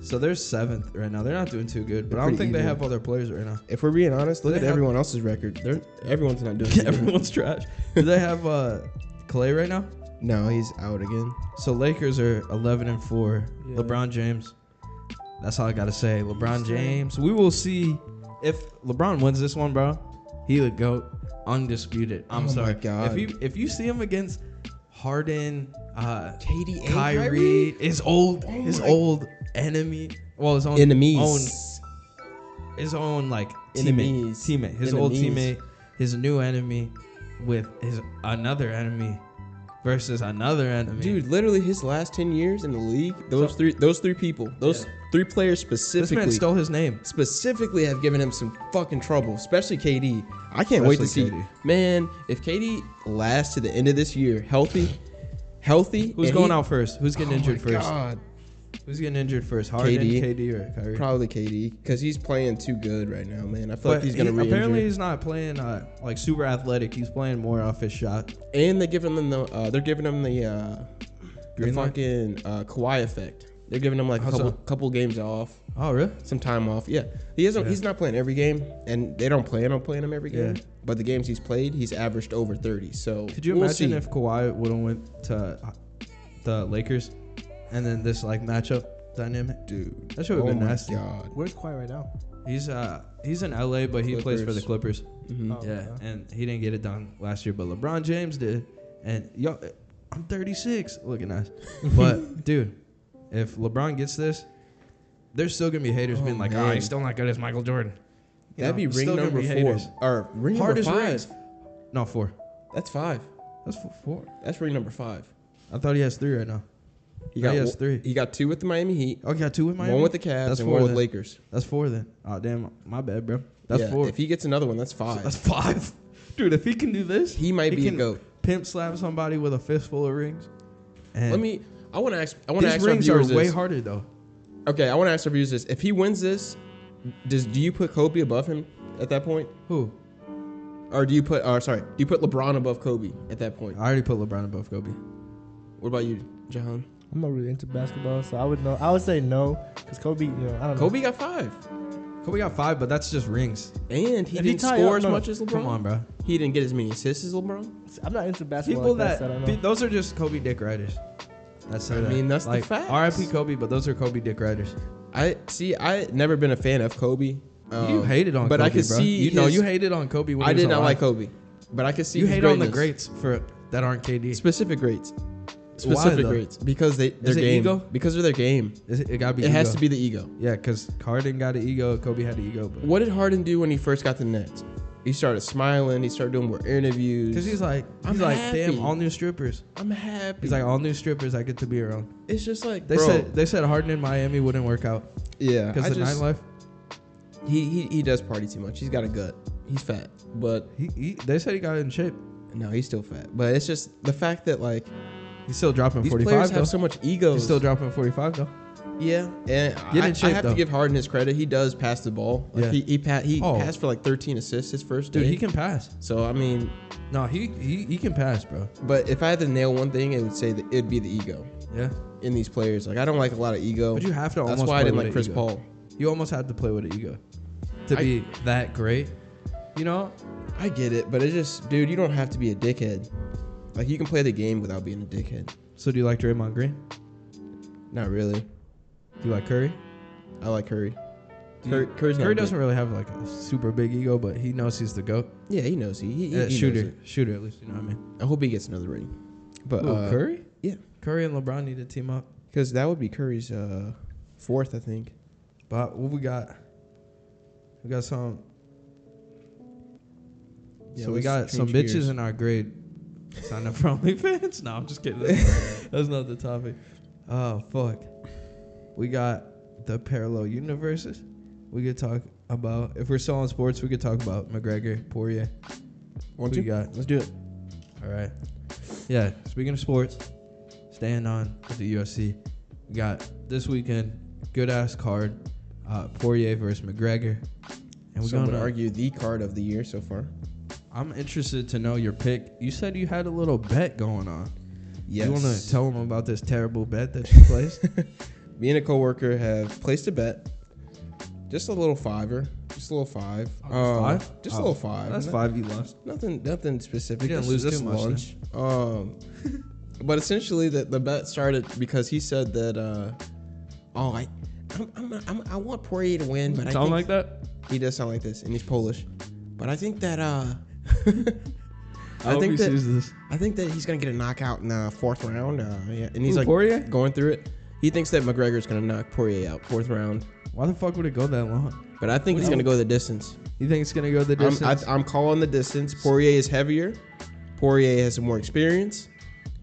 [SPEAKER 2] So they're seventh right now. They're not doing too good, but I don't
[SPEAKER 1] Pretty
[SPEAKER 2] think they
[SPEAKER 1] even.
[SPEAKER 2] have all their players right now.
[SPEAKER 1] If we're being honest, look
[SPEAKER 2] They
[SPEAKER 1] at
[SPEAKER 2] have-
[SPEAKER 1] everyone else's record. They're everyone's not doing. too good.
[SPEAKER 2] Everyone's trash. Do they have uh, Clay right now?
[SPEAKER 1] No, he's out again.
[SPEAKER 2] So Lakers are eleven and four.
[SPEAKER 3] Yeah.
[SPEAKER 2] LeBron James. That's all I gotta say. LeBron
[SPEAKER 3] Interesting.
[SPEAKER 2] James. We will see if LeBron wins this one, bro. He would go undisputed. I'm
[SPEAKER 1] Oh my
[SPEAKER 2] sorry.
[SPEAKER 1] God.
[SPEAKER 2] If you if you see him against Harden, uh,
[SPEAKER 1] KD, and
[SPEAKER 2] Kyrie, his old
[SPEAKER 1] Oh
[SPEAKER 2] his
[SPEAKER 1] my-
[SPEAKER 2] old enemy. Well, his own
[SPEAKER 1] enemies.
[SPEAKER 2] own his own like teammate,
[SPEAKER 1] Enemies.
[SPEAKER 2] teammate, his old
[SPEAKER 1] Enemies.
[SPEAKER 2] teammate, his new enemy, with his another enemy versus another enemy.
[SPEAKER 1] Dude, literally his last ten years in the league, those
[SPEAKER 2] So-
[SPEAKER 1] three, those three people, those
[SPEAKER 2] Yeah.
[SPEAKER 1] three players
[SPEAKER 2] this man
[SPEAKER 1] specifically,
[SPEAKER 2] stole his name.
[SPEAKER 1] specifically have given him some fucking trouble, especially KD. I can't wait to see.
[SPEAKER 2] Especially KD.
[SPEAKER 1] Man, if KD lasts to the end of this year healthy, healthy,
[SPEAKER 2] Who's
[SPEAKER 1] and
[SPEAKER 2] going
[SPEAKER 1] he-
[SPEAKER 2] out first? Who's getting
[SPEAKER 1] Oh
[SPEAKER 2] injured
[SPEAKER 1] my
[SPEAKER 2] first?
[SPEAKER 1] God.
[SPEAKER 2] Who's getting injured first? Harden,
[SPEAKER 1] KD.
[SPEAKER 2] KD, or Kyrie?
[SPEAKER 1] Probably KD because he's playing too good right now, man. I feel like
[SPEAKER 2] But
[SPEAKER 1] he's gonna
[SPEAKER 2] he-
[SPEAKER 1] re
[SPEAKER 2] apparently he's not playing uh, like super athletic. He's playing more off his shot.
[SPEAKER 1] And they're giving him the uh, they're giving him the uh, the
[SPEAKER 2] Green light?
[SPEAKER 1] fucking uh, Kawhi effect. They're giving him like a
[SPEAKER 2] How's
[SPEAKER 1] couple
[SPEAKER 2] that?
[SPEAKER 1] couple games off.
[SPEAKER 2] Oh really?
[SPEAKER 1] some time off. Yeah, he isn't.
[SPEAKER 2] Yeah.
[SPEAKER 1] He's not playing every game, and they don't plan on playing him every game.
[SPEAKER 2] Yeah.
[SPEAKER 1] But the games he's played, he's averaged over thirty. So
[SPEAKER 2] Could you
[SPEAKER 1] we'll
[SPEAKER 2] imagine
[SPEAKER 1] see.
[SPEAKER 2] if Kawhi would have went to uh, the Lakers, and then this like matchup dynamic?
[SPEAKER 1] dude?
[SPEAKER 2] That shit would've
[SPEAKER 1] oh
[SPEAKER 2] been
[SPEAKER 1] my
[SPEAKER 2] nasty.
[SPEAKER 1] God.
[SPEAKER 3] Where's Quiet right now?
[SPEAKER 2] He's uh he's in LA, but he plays for the Clippers.
[SPEAKER 1] Mm-hmm.
[SPEAKER 3] Oh,
[SPEAKER 2] yeah,
[SPEAKER 3] okay.
[SPEAKER 2] and he didn't get it done last year, but LeBron James did. And yo, I'm 36, looking nice. But dude, if LeBron gets this, there's still gonna be haters
[SPEAKER 1] Oh,
[SPEAKER 2] being like,
[SPEAKER 1] man.
[SPEAKER 2] "Oh, he's still not good as Michael Jordan." You
[SPEAKER 1] That'd
[SPEAKER 2] know,
[SPEAKER 1] be
[SPEAKER 2] there's
[SPEAKER 1] ring
[SPEAKER 2] still gonna
[SPEAKER 1] number
[SPEAKER 2] be
[SPEAKER 1] four
[SPEAKER 2] haters.
[SPEAKER 1] or ring
[SPEAKER 2] Hardest
[SPEAKER 1] number five.
[SPEAKER 2] rings. No four.
[SPEAKER 1] That's five.
[SPEAKER 2] That's four, four.
[SPEAKER 1] That's ring number five.
[SPEAKER 2] I thought he has three right now.
[SPEAKER 1] He
[SPEAKER 2] No,
[SPEAKER 1] got
[SPEAKER 2] he has
[SPEAKER 1] wo-
[SPEAKER 2] Oh, three.
[SPEAKER 1] He got two with the Miami Heat,
[SPEAKER 2] Oh, he got two with Miami.
[SPEAKER 1] one with the Cavs,
[SPEAKER 2] That's
[SPEAKER 1] and
[SPEAKER 2] four
[SPEAKER 1] one with
[SPEAKER 2] then.
[SPEAKER 1] Lakers.
[SPEAKER 2] That's four then. Oh damn, my bad, bro. That's
[SPEAKER 1] Yeah,
[SPEAKER 2] four.
[SPEAKER 1] If he gets another one, that's
[SPEAKER 2] So
[SPEAKER 1] five.
[SPEAKER 2] That's five. Dude, if he can do this,
[SPEAKER 1] he might be a
[SPEAKER 2] can
[SPEAKER 1] goat.
[SPEAKER 2] Pimp slap somebody with a fistful of rings. And
[SPEAKER 1] Let me. I want to ask. I want to
[SPEAKER 2] These
[SPEAKER 1] ask our
[SPEAKER 2] rings are
[SPEAKER 1] viewers
[SPEAKER 2] way
[SPEAKER 1] this.
[SPEAKER 2] harder though.
[SPEAKER 1] Okay, I want to ask our viewers this. If he wins this, does do you put Kobe above him at that point?
[SPEAKER 2] Who?
[SPEAKER 1] Or do you put? Or sorry, do you put LeBron above Kobe at that point?
[SPEAKER 2] I already put LeBron above Kobe.
[SPEAKER 1] What about you, Jahan?
[SPEAKER 3] I'm not really into basketball, so I would know. I would say no, because Kobe. You know, I don't know.
[SPEAKER 1] Kobe got five,
[SPEAKER 2] Kobe got five, but that's just rings.
[SPEAKER 1] and he
[SPEAKER 3] If he
[SPEAKER 1] didn't
[SPEAKER 3] tie
[SPEAKER 1] score
[SPEAKER 3] up,
[SPEAKER 1] as
[SPEAKER 3] no.
[SPEAKER 1] much as LeBron.
[SPEAKER 2] Come on, bro.
[SPEAKER 1] He didn't get as many assists as LeBron.
[SPEAKER 3] I'm not into basketball.
[SPEAKER 2] People that
[SPEAKER 3] like that, so I don't
[SPEAKER 2] pe-
[SPEAKER 3] know.
[SPEAKER 2] those are just Kobe dick riders. That's
[SPEAKER 1] I mean, that's the
[SPEAKER 2] like,
[SPEAKER 1] facts.
[SPEAKER 2] R.I.P. Kobe, but those are Kobe dick riders.
[SPEAKER 1] I see. I never been a fan of Kobe. Um,
[SPEAKER 2] you hated on,
[SPEAKER 1] but I
[SPEAKER 2] Kobe,
[SPEAKER 1] could
[SPEAKER 2] bro.
[SPEAKER 1] see.
[SPEAKER 2] You know,
[SPEAKER 1] his-
[SPEAKER 2] you hated on Kobe. When
[SPEAKER 1] I
[SPEAKER 2] he was
[SPEAKER 1] did not
[SPEAKER 2] alive.
[SPEAKER 1] like Kobe, but I could see.
[SPEAKER 2] You
[SPEAKER 1] his
[SPEAKER 2] hate on the
[SPEAKER 1] greatness.
[SPEAKER 2] greats for that aren't KD?
[SPEAKER 1] Specific rates. Specific
[SPEAKER 2] though?
[SPEAKER 1] rates because they their
[SPEAKER 2] Is it
[SPEAKER 1] game
[SPEAKER 2] ego?
[SPEAKER 1] because of their game.
[SPEAKER 2] Is it, it gotta be.
[SPEAKER 1] it has
[SPEAKER 2] ego.
[SPEAKER 1] to be the ego.
[SPEAKER 2] Yeah, because Harden got an ego. Kobe had an ego, but
[SPEAKER 1] What did Harden do when he first got the Nets? He started smiling. He started doing more interviews.
[SPEAKER 2] because he's like, he's
[SPEAKER 1] I'm
[SPEAKER 2] like,
[SPEAKER 1] happy.
[SPEAKER 2] damn, all new strippers.
[SPEAKER 1] I'm happy.
[SPEAKER 2] He's like, all new strippers. I get to be around.
[SPEAKER 1] it's just like
[SPEAKER 2] They
[SPEAKER 1] bro,
[SPEAKER 2] said they said Harden in Miami wouldn't work out
[SPEAKER 1] yeah.
[SPEAKER 2] because
[SPEAKER 1] I
[SPEAKER 2] the
[SPEAKER 1] just-
[SPEAKER 2] nightlife.
[SPEAKER 1] he, he he does party too much. He's got a gut. He's fat, but
[SPEAKER 2] He, he they said he got in shape.
[SPEAKER 1] no, he's still fat. But it's just the fact that like
[SPEAKER 2] He's still dropping
[SPEAKER 1] these
[SPEAKER 2] forty
[SPEAKER 1] players
[SPEAKER 2] five though.
[SPEAKER 1] have so much ego.
[SPEAKER 2] He's still dropping forty five though.
[SPEAKER 1] Yeah, and
[SPEAKER 2] Get
[SPEAKER 1] I,
[SPEAKER 2] in shape,
[SPEAKER 1] I have
[SPEAKER 2] though.
[SPEAKER 1] to give Harden his credit. He does pass the ball. Like
[SPEAKER 2] Yeah.
[SPEAKER 1] he he, pa- he
[SPEAKER 2] Oh.
[SPEAKER 1] passed for like 13 assists his first
[SPEAKER 2] Dude,
[SPEAKER 1] day.
[SPEAKER 2] he can pass.
[SPEAKER 1] So I mean,
[SPEAKER 2] No, he, he he can pass, bro.
[SPEAKER 1] but if I had to nail one thing, it would say that it'd be the ego
[SPEAKER 2] Yeah,
[SPEAKER 1] in these players. Like I don't like a lot of ego.
[SPEAKER 2] but you have to.
[SPEAKER 1] That's
[SPEAKER 2] almost
[SPEAKER 1] why I
[SPEAKER 2] play
[SPEAKER 1] didn't
[SPEAKER 2] with
[SPEAKER 1] like
[SPEAKER 2] an
[SPEAKER 1] Chris
[SPEAKER 2] ego.
[SPEAKER 1] Paul.
[SPEAKER 2] You almost had to play with an ego to
[SPEAKER 1] I-
[SPEAKER 2] be that great. You know,
[SPEAKER 1] I get it, but it's just, dude, you don't have to be a dickhead. Like you can play the game without being a dickhead.
[SPEAKER 2] So do you like Draymond Green?
[SPEAKER 1] Not really.
[SPEAKER 2] Do you like Curry?
[SPEAKER 1] I like Curry.
[SPEAKER 2] Do
[SPEAKER 1] Curry,
[SPEAKER 2] you-
[SPEAKER 1] Curry's not
[SPEAKER 2] Curry
[SPEAKER 1] a dick.
[SPEAKER 2] doesn't really have like a super big ego, but he knows he's the goat.
[SPEAKER 1] Yeah, he knows. He, he, he
[SPEAKER 2] Uh,
[SPEAKER 1] knows
[SPEAKER 2] shooter,
[SPEAKER 1] it.
[SPEAKER 2] shooter at least. You know what I mean?
[SPEAKER 1] I hope he gets another ring. But
[SPEAKER 2] Who,
[SPEAKER 1] uh,
[SPEAKER 2] Curry,
[SPEAKER 1] yeah,
[SPEAKER 2] Curry and LeBron need to team up.
[SPEAKER 1] because that would be Curry's uh, fourth, I think.
[SPEAKER 2] But what we got? We got some.
[SPEAKER 1] Yeah,
[SPEAKER 2] so we
[SPEAKER 1] let's
[SPEAKER 2] got some
[SPEAKER 1] change
[SPEAKER 2] bitches
[SPEAKER 1] gears.
[SPEAKER 2] in our grade. Sign up for OnlyFans. No, I'm just kidding. That's not the topic. Oh fuck. We got the parallel universes. We could talk about if we're still on sports. We could talk about McGregor, Poirier.
[SPEAKER 1] One,
[SPEAKER 2] Who
[SPEAKER 1] two.
[SPEAKER 2] you got?
[SPEAKER 1] Let's do it.
[SPEAKER 2] All right. Yeah. Speaking of sports, staying on with the UFC, we got this weekend good ass card, uh, Poirier versus McGregor, and we're
[SPEAKER 1] Some would
[SPEAKER 2] gonna argue.
[SPEAKER 1] argue the card of the year so far.
[SPEAKER 2] I'm interested to know your pick. You said you had a little bet going on. You want to tell them about this terrible bet that you placed?
[SPEAKER 1] Me and a coworker have placed a bet. Just a little fiver. Just a little five. Um, Just a
[SPEAKER 2] Oh,
[SPEAKER 1] little five.
[SPEAKER 2] That's
[SPEAKER 1] No-
[SPEAKER 2] five you lost.
[SPEAKER 1] Nothing. Nothing specific.
[SPEAKER 2] You didn't
[SPEAKER 1] This-
[SPEAKER 2] lose
[SPEAKER 1] this
[SPEAKER 2] too much,
[SPEAKER 1] lunch. Um, but essentially, the, the bet started because he said that. Uh, oh, I, I'm, I'm, I'm, I want Poirier to win, but I think
[SPEAKER 2] that?
[SPEAKER 1] he does sound like this, and he's Polish. But I think that. Uh,
[SPEAKER 2] I,
[SPEAKER 1] I
[SPEAKER 2] hope
[SPEAKER 1] think
[SPEAKER 2] he
[SPEAKER 1] that
[SPEAKER 2] sees this.
[SPEAKER 1] I think that he's gonna get a knockout in the fourth round. Uh, yeah, and he's
[SPEAKER 2] Who,
[SPEAKER 1] like
[SPEAKER 2] Poirier?
[SPEAKER 1] going through it. He thinks that McGregor's gonna knock Poirier out fourth round,
[SPEAKER 2] Why the fuck would it go that long?
[SPEAKER 1] but I think
[SPEAKER 2] What
[SPEAKER 1] it's
[SPEAKER 2] do
[SPEAKER 1] gonna
[SPEAKER 2] you-
[SPEAKER 1] go the distance.
[SPEAKER 2] You think it's gonna go the
[SPEAKER 1] I'm,
[SPEAKER 2] distance?
[SPEAKER 1] I, I'm calling the distance. Poirier is heavier. Poirier has more experience.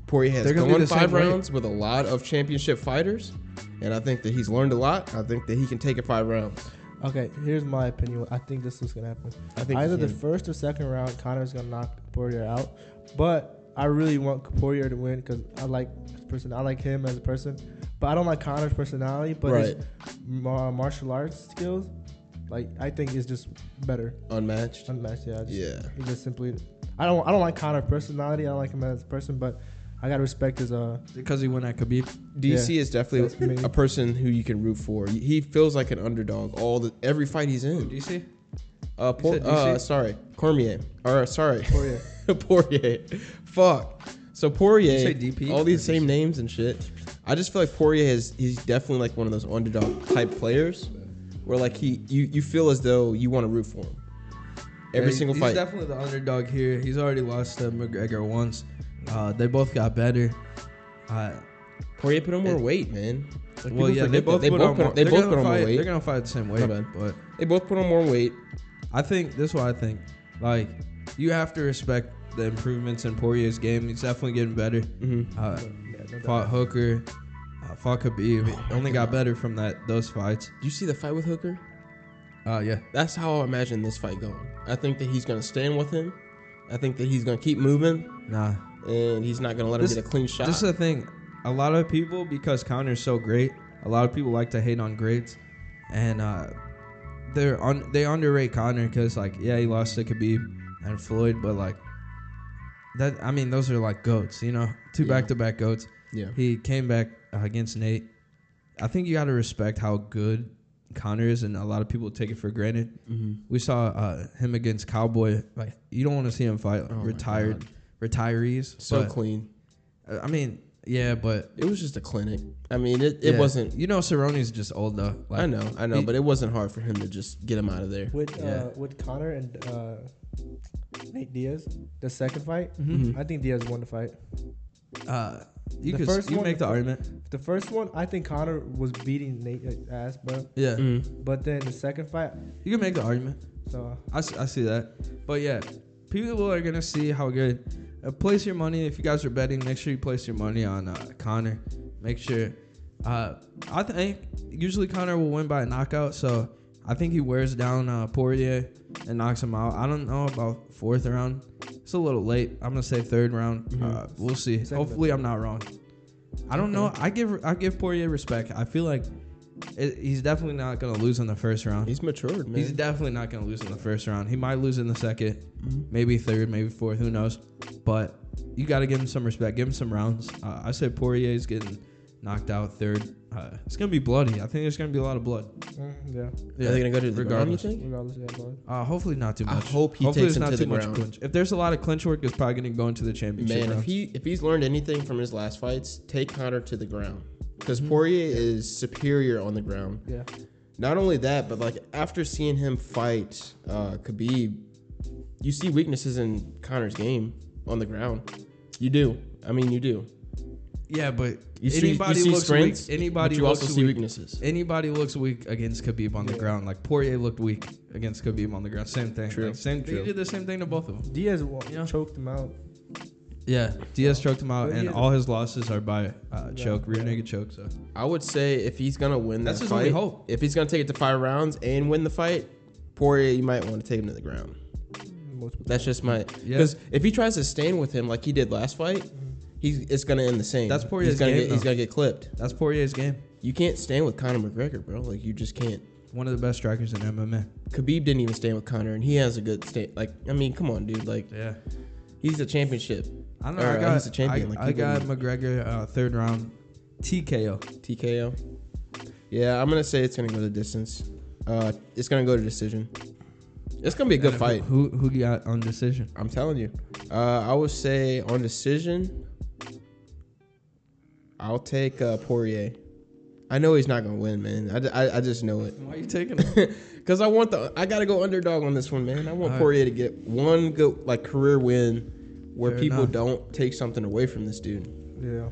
[SPEAKER 1] Poirier has
[SPEAKER 2] They're gonna be
[SPEAKER 1] gone
[SPEAKER 2] the same
[SPEAKER 1] five
[SPEAKER 2] weight.
[SPEAKER 1] rounds with a lot of championship fighters, and I think that he's learned a lot. I think that he can take it five rounds.
[SPEAKER 3] Okay, here's my opinion. I think this is gonna happen.
[SPEAKER 1] I think
[SPEAKER 3] either
[SPEAKER 1] he
[SPEAKER 3] the
[SPEAKER 1] can.
[SPEAKER 3] first or second round, Connor's gonna knock Poirier out. But I really want Poirier to win because I like his person. I like him as a person, but I don't like Connor's personality. But his ma- martial arts skills, like I think, is just better.
[SPEAKER 1] Unmatched.
[SPEAKER 3] Unmatched. Yeah. I Just,
[SPEAKER 1] Yeah.
[SPEAKER 3] he just simply, I don't. I don't like Connor's personality. I don't like him as a person, but I gotta respect his. Uh,
[SPEAKER 2] because he went at Khabib.
[SPEAKER 1] DC is
[SPEAKER 3] That's me.
[SPEAKER 1] definitely a person who you can root for. He feels like an underdog all the every fight he's in.
[SPEAKER 2] DC.
[SPEAKER 1] Uh,
[SPEAKER 2] You
[SPEAKER 1] Por-
[SPEAKER 2] said
[SPEAKER 1] uh
[SPEAKER 2] DC?
[SPEAKER 1] sorry, Cormier. Or sorry,
[SPEAKER 3] Poirier.
[SPEAKER 1] Poirier. Fuck. So Poirier,
[SPEAKER 2] You say DP?
[SPEAKER 1] all these
[SPEAKER 2] Or
[SPEAKER 1] same
[SPEAKER 2] DC?
[SPEAKER 1] names and shit. I just feel like Poirier is he's definitely like one of those underdog type players, where like he you you feel as though you want to root for him every
[SPEAKER 2] Yeah, he-
[SPEAKER 1] single
[SPEAKER 2] he's
[SPEAKER 1] fight.
[SPEAKER 2] definitely the underdog here. He's already lost to McGregor once. Uh, they both got better. Uh,
[SPEAKER 1] Poirier put on more
[SPEAKER 2] It-
[SPEAKER 1] weight, man. Like,
[SPEAKER 2] well,
[SPEAKER 1] people
[SPEAKER 2] yeah, they
[SPEAKER 1] forget that.
[SPEAKER 2] both
[SPEAKER 1] they
[SPEAKER 2] put
[SPEAKER 1] both
[SPEAKER 2] on
[SPEAKER 1] put
[SPEAKER 2] more-
[SPEAKER 1] they
[SPEAKER 2] they're
[SPEAKER 1] both
[SPEAKER 2] gonna
[SPEAKER 1] put on
[SPEAKER 2] fight-
[SPEAKER 1] more weight.
[SPEAKER 2] They're gonna fight the same weight,
[SPEAKER 1] bad.
[SPEAKER 2] but
[SPEAKER 1] They both put on more weight.
[SPEAKER 2] I think this is what I think. Like, you have to respect the improvements in Poirier's game. He's definitely getting better.
[SPEAKER 1] Mhm.
[SPEAKER 2] Uh,
[SPEAKER 3] yeah, no doubt.
[SPEAKER 2] fought Hooker, uh, fought Khabib. Only got better from that those fights.
[SPEAKER 1] Do you see the fight with Hooker?
[SPEAKER 2] Uh, yeah,
[SPEAKER 1] That's how I imagine this fight going. I think that he's gonna stand with him. I think that he's gonna keep moving.
[SPEAKER 2] nah.
[SPEAKER 1] and he's not gonna let
[SPEAKER 2] This-
[SPEAKER 1] him get a clean shot.
[SPEAKER 2] This is the thing. A lot of people, because Connor's so great, a lot of people like to hate on greats, and uh, they're on they underrate Connor because like yeah he lost to Khabib and Floyd, but like that I mean those are like goats, you know, two
[SPEAKER 1] Yeah.
[SPEAKER 2] back to back goats.
[SPEAKER 1] yeah,
[SPEAKER 2] He came back uh, against Nate. I think you got to respect how good Connor is, and a lot of people take it for granted. We saw uh, him against Cowboy. Like you don't want to see him fight
[SPEAKER 1] Oh my
[SPEAKER 2] retired retirees.
[SPEAKER 1] so
[SPEAKER 2] but-
[SPEAKER 1] clean.
[SPEAKER 2] uh, I mean, yeah, but
[SPEAKER 1] It was just a clinic. I mean, it, it
[SPEAKER 2] yeah.
[SPEAKER 1] wasn't.
[SPEAKER 2] You know, Cerrone's just old though. Like,
[SPEAKER 1] I know, I know,
[SPEAKER 2] he-
[SPEAKER 1] but it wasn't hard for him to just get him out of there.
[SPEAKER 3] uh, with
[SPEAKER 2] Yeah.
[SPEAKER 3] uh, with Connor and uh, Nate Diaz, the second fight,
[SPEAKER 2] Mhm.
[SPEAKER 3] I think Diaz won the fight.
[SPEAKER 2] Uh, you
[SPEAKER 3] Mm-hmm. The
[SPEAKER 2] could
[SPEAKER 3] first
[SPEAKER 2] you
[SPEAKER 3] one- Mm.
[SPEAKER 2] make the argument.
[SPEAKER 3] The first one, I think Connor was beating Nate's ass, but
[SPEAKER 2] Yeah,
[SPEAKER 1] Mm-hmm.
[SPEAKER 3] but then the second fight,
[SPEAKER 2] you can make the argument.
[SPEAKER 3] so
[SPEAKER 2] I, s- I see that. But yeah, people are gonna see how good. Uh, place your money if you guys are betting. Make sure you place your money on uh, Connor. Make sure. Uh, I think usually Connor will win by a knockout, so I think he wears down uh, Poirier and knocks him out. I don't know about fourth round. It's a little late. I'm gonna say third round. Uh, we'll see.
[SPEAKER 3] Second.
[SPEAKER 2] Hopefully, I'm not wrong. I don't know. I give I give Poirier respect. I feel like it, he's definitely not gonna lose in the first round.
[SPEAKER 1] He's matured, man.
[SPEAKER 2] He's definitely not going to lose in the first round. He might lose in the 2nd
[SPEAKER 1] Mm-hmm.
[SPEAKER 2] maybe third, maybe fourth. Who knows? But you got to give him some respect. Give him some rounds. Uh, I said Poirier's getting knocked out third. Uh, it's going to be bloody. I think there's going to be a lot of blood.
[SPEAKER 3] mm, yeah,
[SPEAKER 1] Are they gonna go to the ground? You
[SPEAKER 2] Regardless.
[SPEAKER 1] think?
[SPEAKER 3] regardless, yeah, but
[SPEAKER 2] Uh, hopefully not too
[SPEAKER 1] I
[SPEAKER 2] much.
[SPEAKER 1] hope he
[SPEAKER 2] hopefully
[SPEAKER 1] takes
[SPEAKER 2] there's
[SPEAKER 1] him
[SPEAKER 2] not
[SPEAKER 1] to
[SPEAKER 2] too
[SPEAKER 1] the
[SPEAKER 2] much
[SPEAKER 1] ground.
[SPEAKER 2] clinch. If there's a lot of clinch work, it's probably going to go into the championship.
[SPEAKER 1] Man, if
[SPEAKER 2] rounds.
[SPEAKER 1] he if he's learned anything from his last fights, take Connor to the ground because Poirier is superior on the ground.
[SPEAKER 3] yeah,
[SPEAKER 1] Not only that, but like after seeing him fight uh, Khabib, you see weaknesses in Connor's game on the ground. You do. I mean, you do.
[SPEAKER 2] yeah, but
[SPEAKER 1] You see,
[SPEAKER 2] anybody
[SPEAKER 1] you see
[SPEAKER 2] looks
[SPEAKER 1] strengths.
[SPEAKER 2] weak. Anybody
[SPEAKER 1] but you
[SPEAKER 2] looks
[SPEAKER 1] also see
[SPEAKER 2] weak.
[SPEAKER 1] weaknesses.
[SPEAKER 2] Anybody looks weak against Khabib on the
[SPEAKER 3] Yeah.
[SPEAKER 2] ground. Like Poirier looked weak against Khabib on the ground. Same thing.
[SPEAKER 1] True.
[SPEAKER 2] Like, same. They
[SPEAKER 1] True.
[SPEAKER 2] did the same thing to both of them.
[SPEAKER 3] Diaz won,
[SPEAKER 2] Yeah.
[SPEAKER 3] choked him out.
[SPEAKER 2] Yeah, Diaz choked him out,
[SPEAKER 3] But he
[SPEAKER 2] and
[SPEAKER 3] is-
[SPEAKER 2] all his losses are by uh,
[SPEAKER 3] Yeah.
[SPEAKER 2] choke, rear naked choke. So
[SPEAKER 1] I would say if he's gonna win,
[SPEAKER 2] That's
[SPEAKER 1] that
[SPEAKER 2] his
[SPEAKER 1] fight,
[SPEAKER 2] only hope.
[SPEAKER 1] If he's gonna take it to five rounds and win the fight, Poirier, you might want to take him to the ground.
[SPEAKER 3] Multiple
[SPEAKER 1] That's just my
[SPEAKER 2] Yeah.
[SPEAKER 1] because if he tries to stand with him like he did last fight, he's it's gonna end the same.
[SPEAKER 2] That's Poirier's
[SPEAKER 1] he's gonna
[SPEAKER 2] game,
[SPEAKER 1] get, He's
[SPEAKER 2] though.
[SPEAKER 1] gonna get clipped.
[SPEAKER 2] that's Poirier's game.
[SPEAKER 1] You can't stand with Conor McGregor, bro. Like you just can't.
[SPEAKER 2] One of the best strikers in MMA.
[SPEAKER 1] Khabib didn't even stand with Conor, and he has a good stand. Like I mean, come on, dude. Like
[SPEAKER 2] Yeah,
[SPEAKER 1] he's a championship
[SPEAKER 2] I know.
[SPEAKER 1] Or,
[SPEAKER 2] I
[SPEAKER 1] uh,
[SPEAKER 2] got.
[SPEAKER 1] he's a champion,
[SPEAKER 2] I,
[SPEAKER 1] like,
[SPEAKER 2] I
[SPEAKER 1] he
[SPEAKER 2] got
[SPEAKER 1] wouldn't-
[SPEAKER 2] McGregor uh, third round TKO.
[SPEAKER 1] TKO. Yeah, I'm gonna say it's gonna go the distance. Uh, it's gonna go to decision. It's gonna be a
[SPEAKER 2] And
[SPEAKER 1] good
[SPEAKER 2] who-
[SPEAKER 1] fight.
[SPEAKER 2] Who who you got on decision?
[SPEAKER 1] I'm telling you. Uh, I would say on decision, I'll take uh, Poirier. I know he's not gonna win, man. I, ju- I, I just know it.
[SPEAKER 2] Why are you taking? him?
[SPEAKER 1] Cause I want the I gotta go underdog on this one, man. I want
[SPEAKER 2] All right.
[SPEAKER 1] Poirier to get one go like career win, where
[SPEAKER 2] Fair
[SPEAKER 1] people
[SPEAKER 2] enough.
[SPEAKER 1] don't take something away from this dude.
[SPEAKER 3] yeah,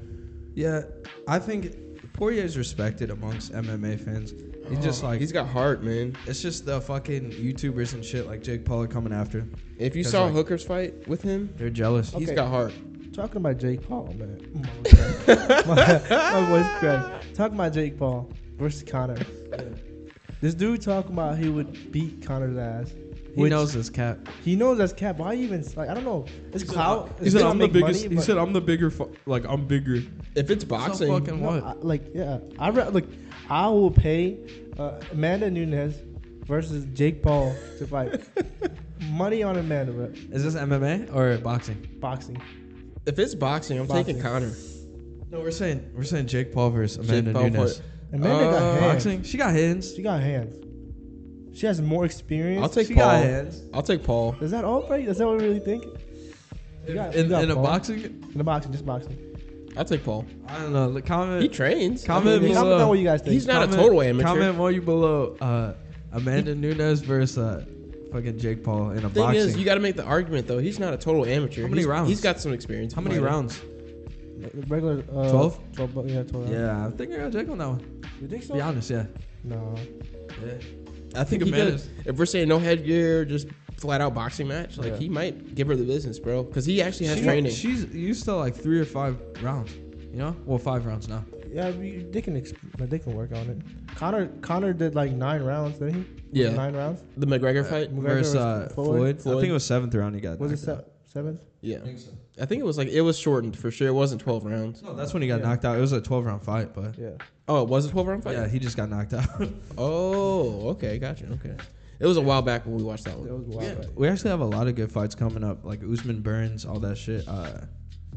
[SPEAKER 2] yeah, I think Poirier's respected amongst MMA fans. Oh. He's just like
[SPEAKER 1] He's got heart, man.
[SPEAKER 2] it's just the fucking YouTubers and shit like Jake Paul are coming after him.
[SPEAKER 1] If you
[SPEAKER 2] 'Cause,
[SPEAKER 1] saw
[SPEAKER 2] like-
[SPEAKER 1] Hooker's fight with him,
[SPEAKER 2] They're jealous.
[SPEAKER 1] he's
[SPEAKER 3] Okay.
[SPEAKER 1] got heart.
[SPEAKER 3] talking about Jake Paul, man. my, my voice cracked. Talking about Jake Paul versus Connor. This dude talking about he would beat Connor's ass.
[SPEAKER 2] He
[SPEAKER 3] which-
[SPEAKER 2] knows his cap.
[SPEAKER 3] He knows that's cap. Why even like I don't know. It's clout.
[SPEAKER 2] He
[SPEAKER 3] It's
[SPEAKER 2] said,
[SPEAKER 3] gonna
[SPEAKER 2] "I'm the
[SPEAKER 3] make money,
[SPEAKER 2] biggest." he
[SPEAKER 3] but-
[SPEAKER 2] said, "I'm the bigger. Fu- like I'm bigger."
[SPEAKER 1] If it's
[SPEAKER 2] So
[SPEAKER 1] boxing,
[SPEAKER 2] fucking
[SPEAKER 3] No, uh,
[SPEAKER 2] what?
[SPEAKER 3] I- like yeah, I re- like I will pay uh, Amanda Nunes versus Jake Paul to fight. Money on Amanda, but
[SPEAKER 2] Is this MMA or boxing?
[SPEAKER 3] boxing.
[SPEAKER 1] if it's boxing, I'm
[SPEAKER 3] Boxing.
[SPEAKER 1] taking Connor.
[SPEAKER 2] No, we're saying we're saying Jake Paul versus Amanda
[SPEAKER 1] Jake Paul
[SPEAKER 2] Nunes.
[SPEAKER 1] fight.
[SPEAKER 3] Amanda got
[SPEAKER 1] Uh,
[SPEAKER 3] hands.
[SPEAKER 2] Boxing. She got hands.
[SPEAKER 3] She got hands. She has more experience.
[SPEAKER 1] I'll take
[SPEAKER 2] she
[SPEAKER 1] Paul.
[SPEAKER 2] got hands.
[SPEAKER 1] I'll take Paul.
[SPEAKER 3] Is that all, Frank? Is that what we really think? You got- you
[SPEAKER 2] In,
[SPEAKER 3] got
[SPEAKER 2] in a
[SPEAKER 3] Paul.
[SPEAKER 2] boxing,
[SPEAKER 3] In a boxing, just boxing.
[SPEAKER 1] I'll take Paul.
[SPEAKER 2] I don't know. like,
[SPEAKER 1] He
[SPEAKER 2] Comment.
[SPEAKER 1] trains.
[SPEAKER 2] Comment
[SPEAKER 3] I mean,
[SPEAKER 2] below.
[SPEAKER 3] comment down what you guys think.
[SPEAKER 1] He's not a total amateur.
[SPEAKER 2] Comment more you below. Uh, Amanda Nunes versus uh, fucking Jake Paul in a
[SPEAKER 1] Thing
[SPEAKER 2] boxing.
[SPEAKER 1] is, you got to make the argument though. He's not a total amateur.
[SPEAKER 2] How many
[SPEAKER 1] He's-
[SPEAKER 2] rounds?
[SPEAKER 1] He's got some experience.
[SPEAKER 2] How many
[SPEAKER 1] fighting.
[SPEAKER 2] rounds?
[SPEAKER 3] Regular. Uh,
[SPEAKER 2] 12?
[SPEAKER 3] 12, bu- yeah, 12.
[SPEAKER 2] Yeah, I think I got Jake on that one.
[SPEAKER 3] You think so?
[SPEAKER 2] Be honest, yeah.
[SPEAKER 3] No.
[SPEAKER 2] yeah.
[SPEAKER 1] I think
[SPEAKER 2] Think
[SPEAKER 1] he
[SPEAKER 2] Amanda's-
[SPEAKER 1] does. If we're saying no headgear, just flat out boxing match, like
[SPEAKER 3] Yeah.
[SPEAKER 1] he might give her the business, bro, because he actually has
[SPEAKER 2] She-
[SPEAKER 1] training.
[SPEAKER 2] She's used to like three or five rounds. You know, well, five rounds now.
[SPEAKER 3] Yeah, we- they can exp- they can work on it. Connor Connor did like nine rounds, didn't he?
[SPEAKER 1] Yeah.
[SPEAKER 3] nine rounds.
[SPEAKER 1] the McGregor fight.
[SPEAKER 3] McGregor
[SPEAKER 2] Versus
[SPEAKER 3] versus
[SPEAKER 2] uh, Floyd.
[SPEAKER 3] Floyd?
[SPEAKER 2] I think it was seventh round. He got.
[SPEAKER 3] Was it
[SPEAKER 2] knocked out.
[SPEAKER 3] se- seventh?
[SPEAKER 1] Yeah,
[SPEAKER 2] think so.
[SPEAKER 1] I think it was like it was shortened for sure. It wasn't twelve rounds.
[SPEAKER 2] No, that's when he got
[SPEAKER 3] Yeah.
[SPEAKER 2] knocked out. It was a 12 round fight, but
[SPEAKER 3] Yeah.
[SPEAKER 1] Oh, it was a twelve round fight.
[SPEAKER 2] yeah, he just got knocked out.
[SPEAKER 1] Oh, okay, gotcha. Okay, it was a while back when we watched that
[SPEAKER 3] That
[SPEAKER 1] one.
[SPEAKER 3] was wild. right?
[SPEAKER 2] we actually have a lot of good fights coming up, like Usman Burns, all that shit. Uh,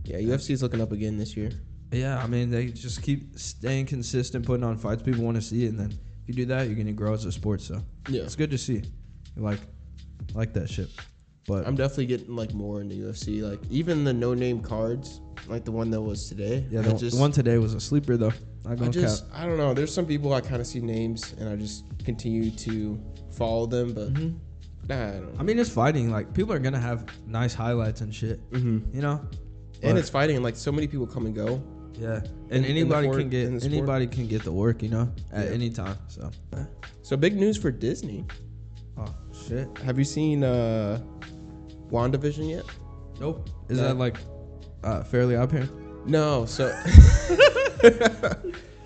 [SPEAKER 1] Yeah, UFC's looking up again this year.
[SPEAKER 2] yeah, I mean, they just keep staying consistent, putting on fights people want to see, and then if you do that, you're gonna grow as a sport. So
[SPEAKER 1] Yeah,
[SPEAKER 2] it's good to see. Like, like that shit. But
[SPEAKER 1] I'm definitely getting like more into UFC. Like even the no name cards, like the one that was today.
[SPEAKER 2] yeah,
[SPEAKER 1] I
[SPEAKER 2] the, the one today was a sleeper though. Not
[SPEAKER 1] I
[SPEAKER 2] gonna
[SPEAKER 1] just
[SPEAKER 2] cap.
[SPEAKER 1] I don't know. There's some people I kind of see names and I just continue to follow them, but
[SPEAKER 2] Mhm.
[SPEAKER 1] Nah, I don't.
[SPEAKER 2] I mean, it's fighting. Like people are gonna have nice highlights and shit.
[SPEAKER 1] hmm
[SPEAKER 2] You know.
[SPEAKER 1] And
[SPEAKER 2] But,
[SPEAKER 1] it's fighting, and like so many people come and go.
[SPEAKER 2] yeah,
[SPEAKER 1] in
[SPEAKER 2] and
[SPEAKER 1] the
[SPEAKER 2] anybody
[SPEAKER 1] sport-
[SPEAKER 2] can get
[SPEAKER 1] in the sport.
[SPEAKER 2] anybody can get the work. You know, at
[SPEAKER 1] Yeah.
[SPEAKER 2] any time. So.
[SPEAKER 1] So big news for Disney.
[SPEAKER 2] Oh shit.
[SPEAKER 1] Have you seen uh, WandaVision yet?
[SPEAKER 2] Nope. Is
[SPEAKER 1] Yeah.
[SPEAKER 2] that like uh, fairly up here?
[SPEAKER 1] No. So.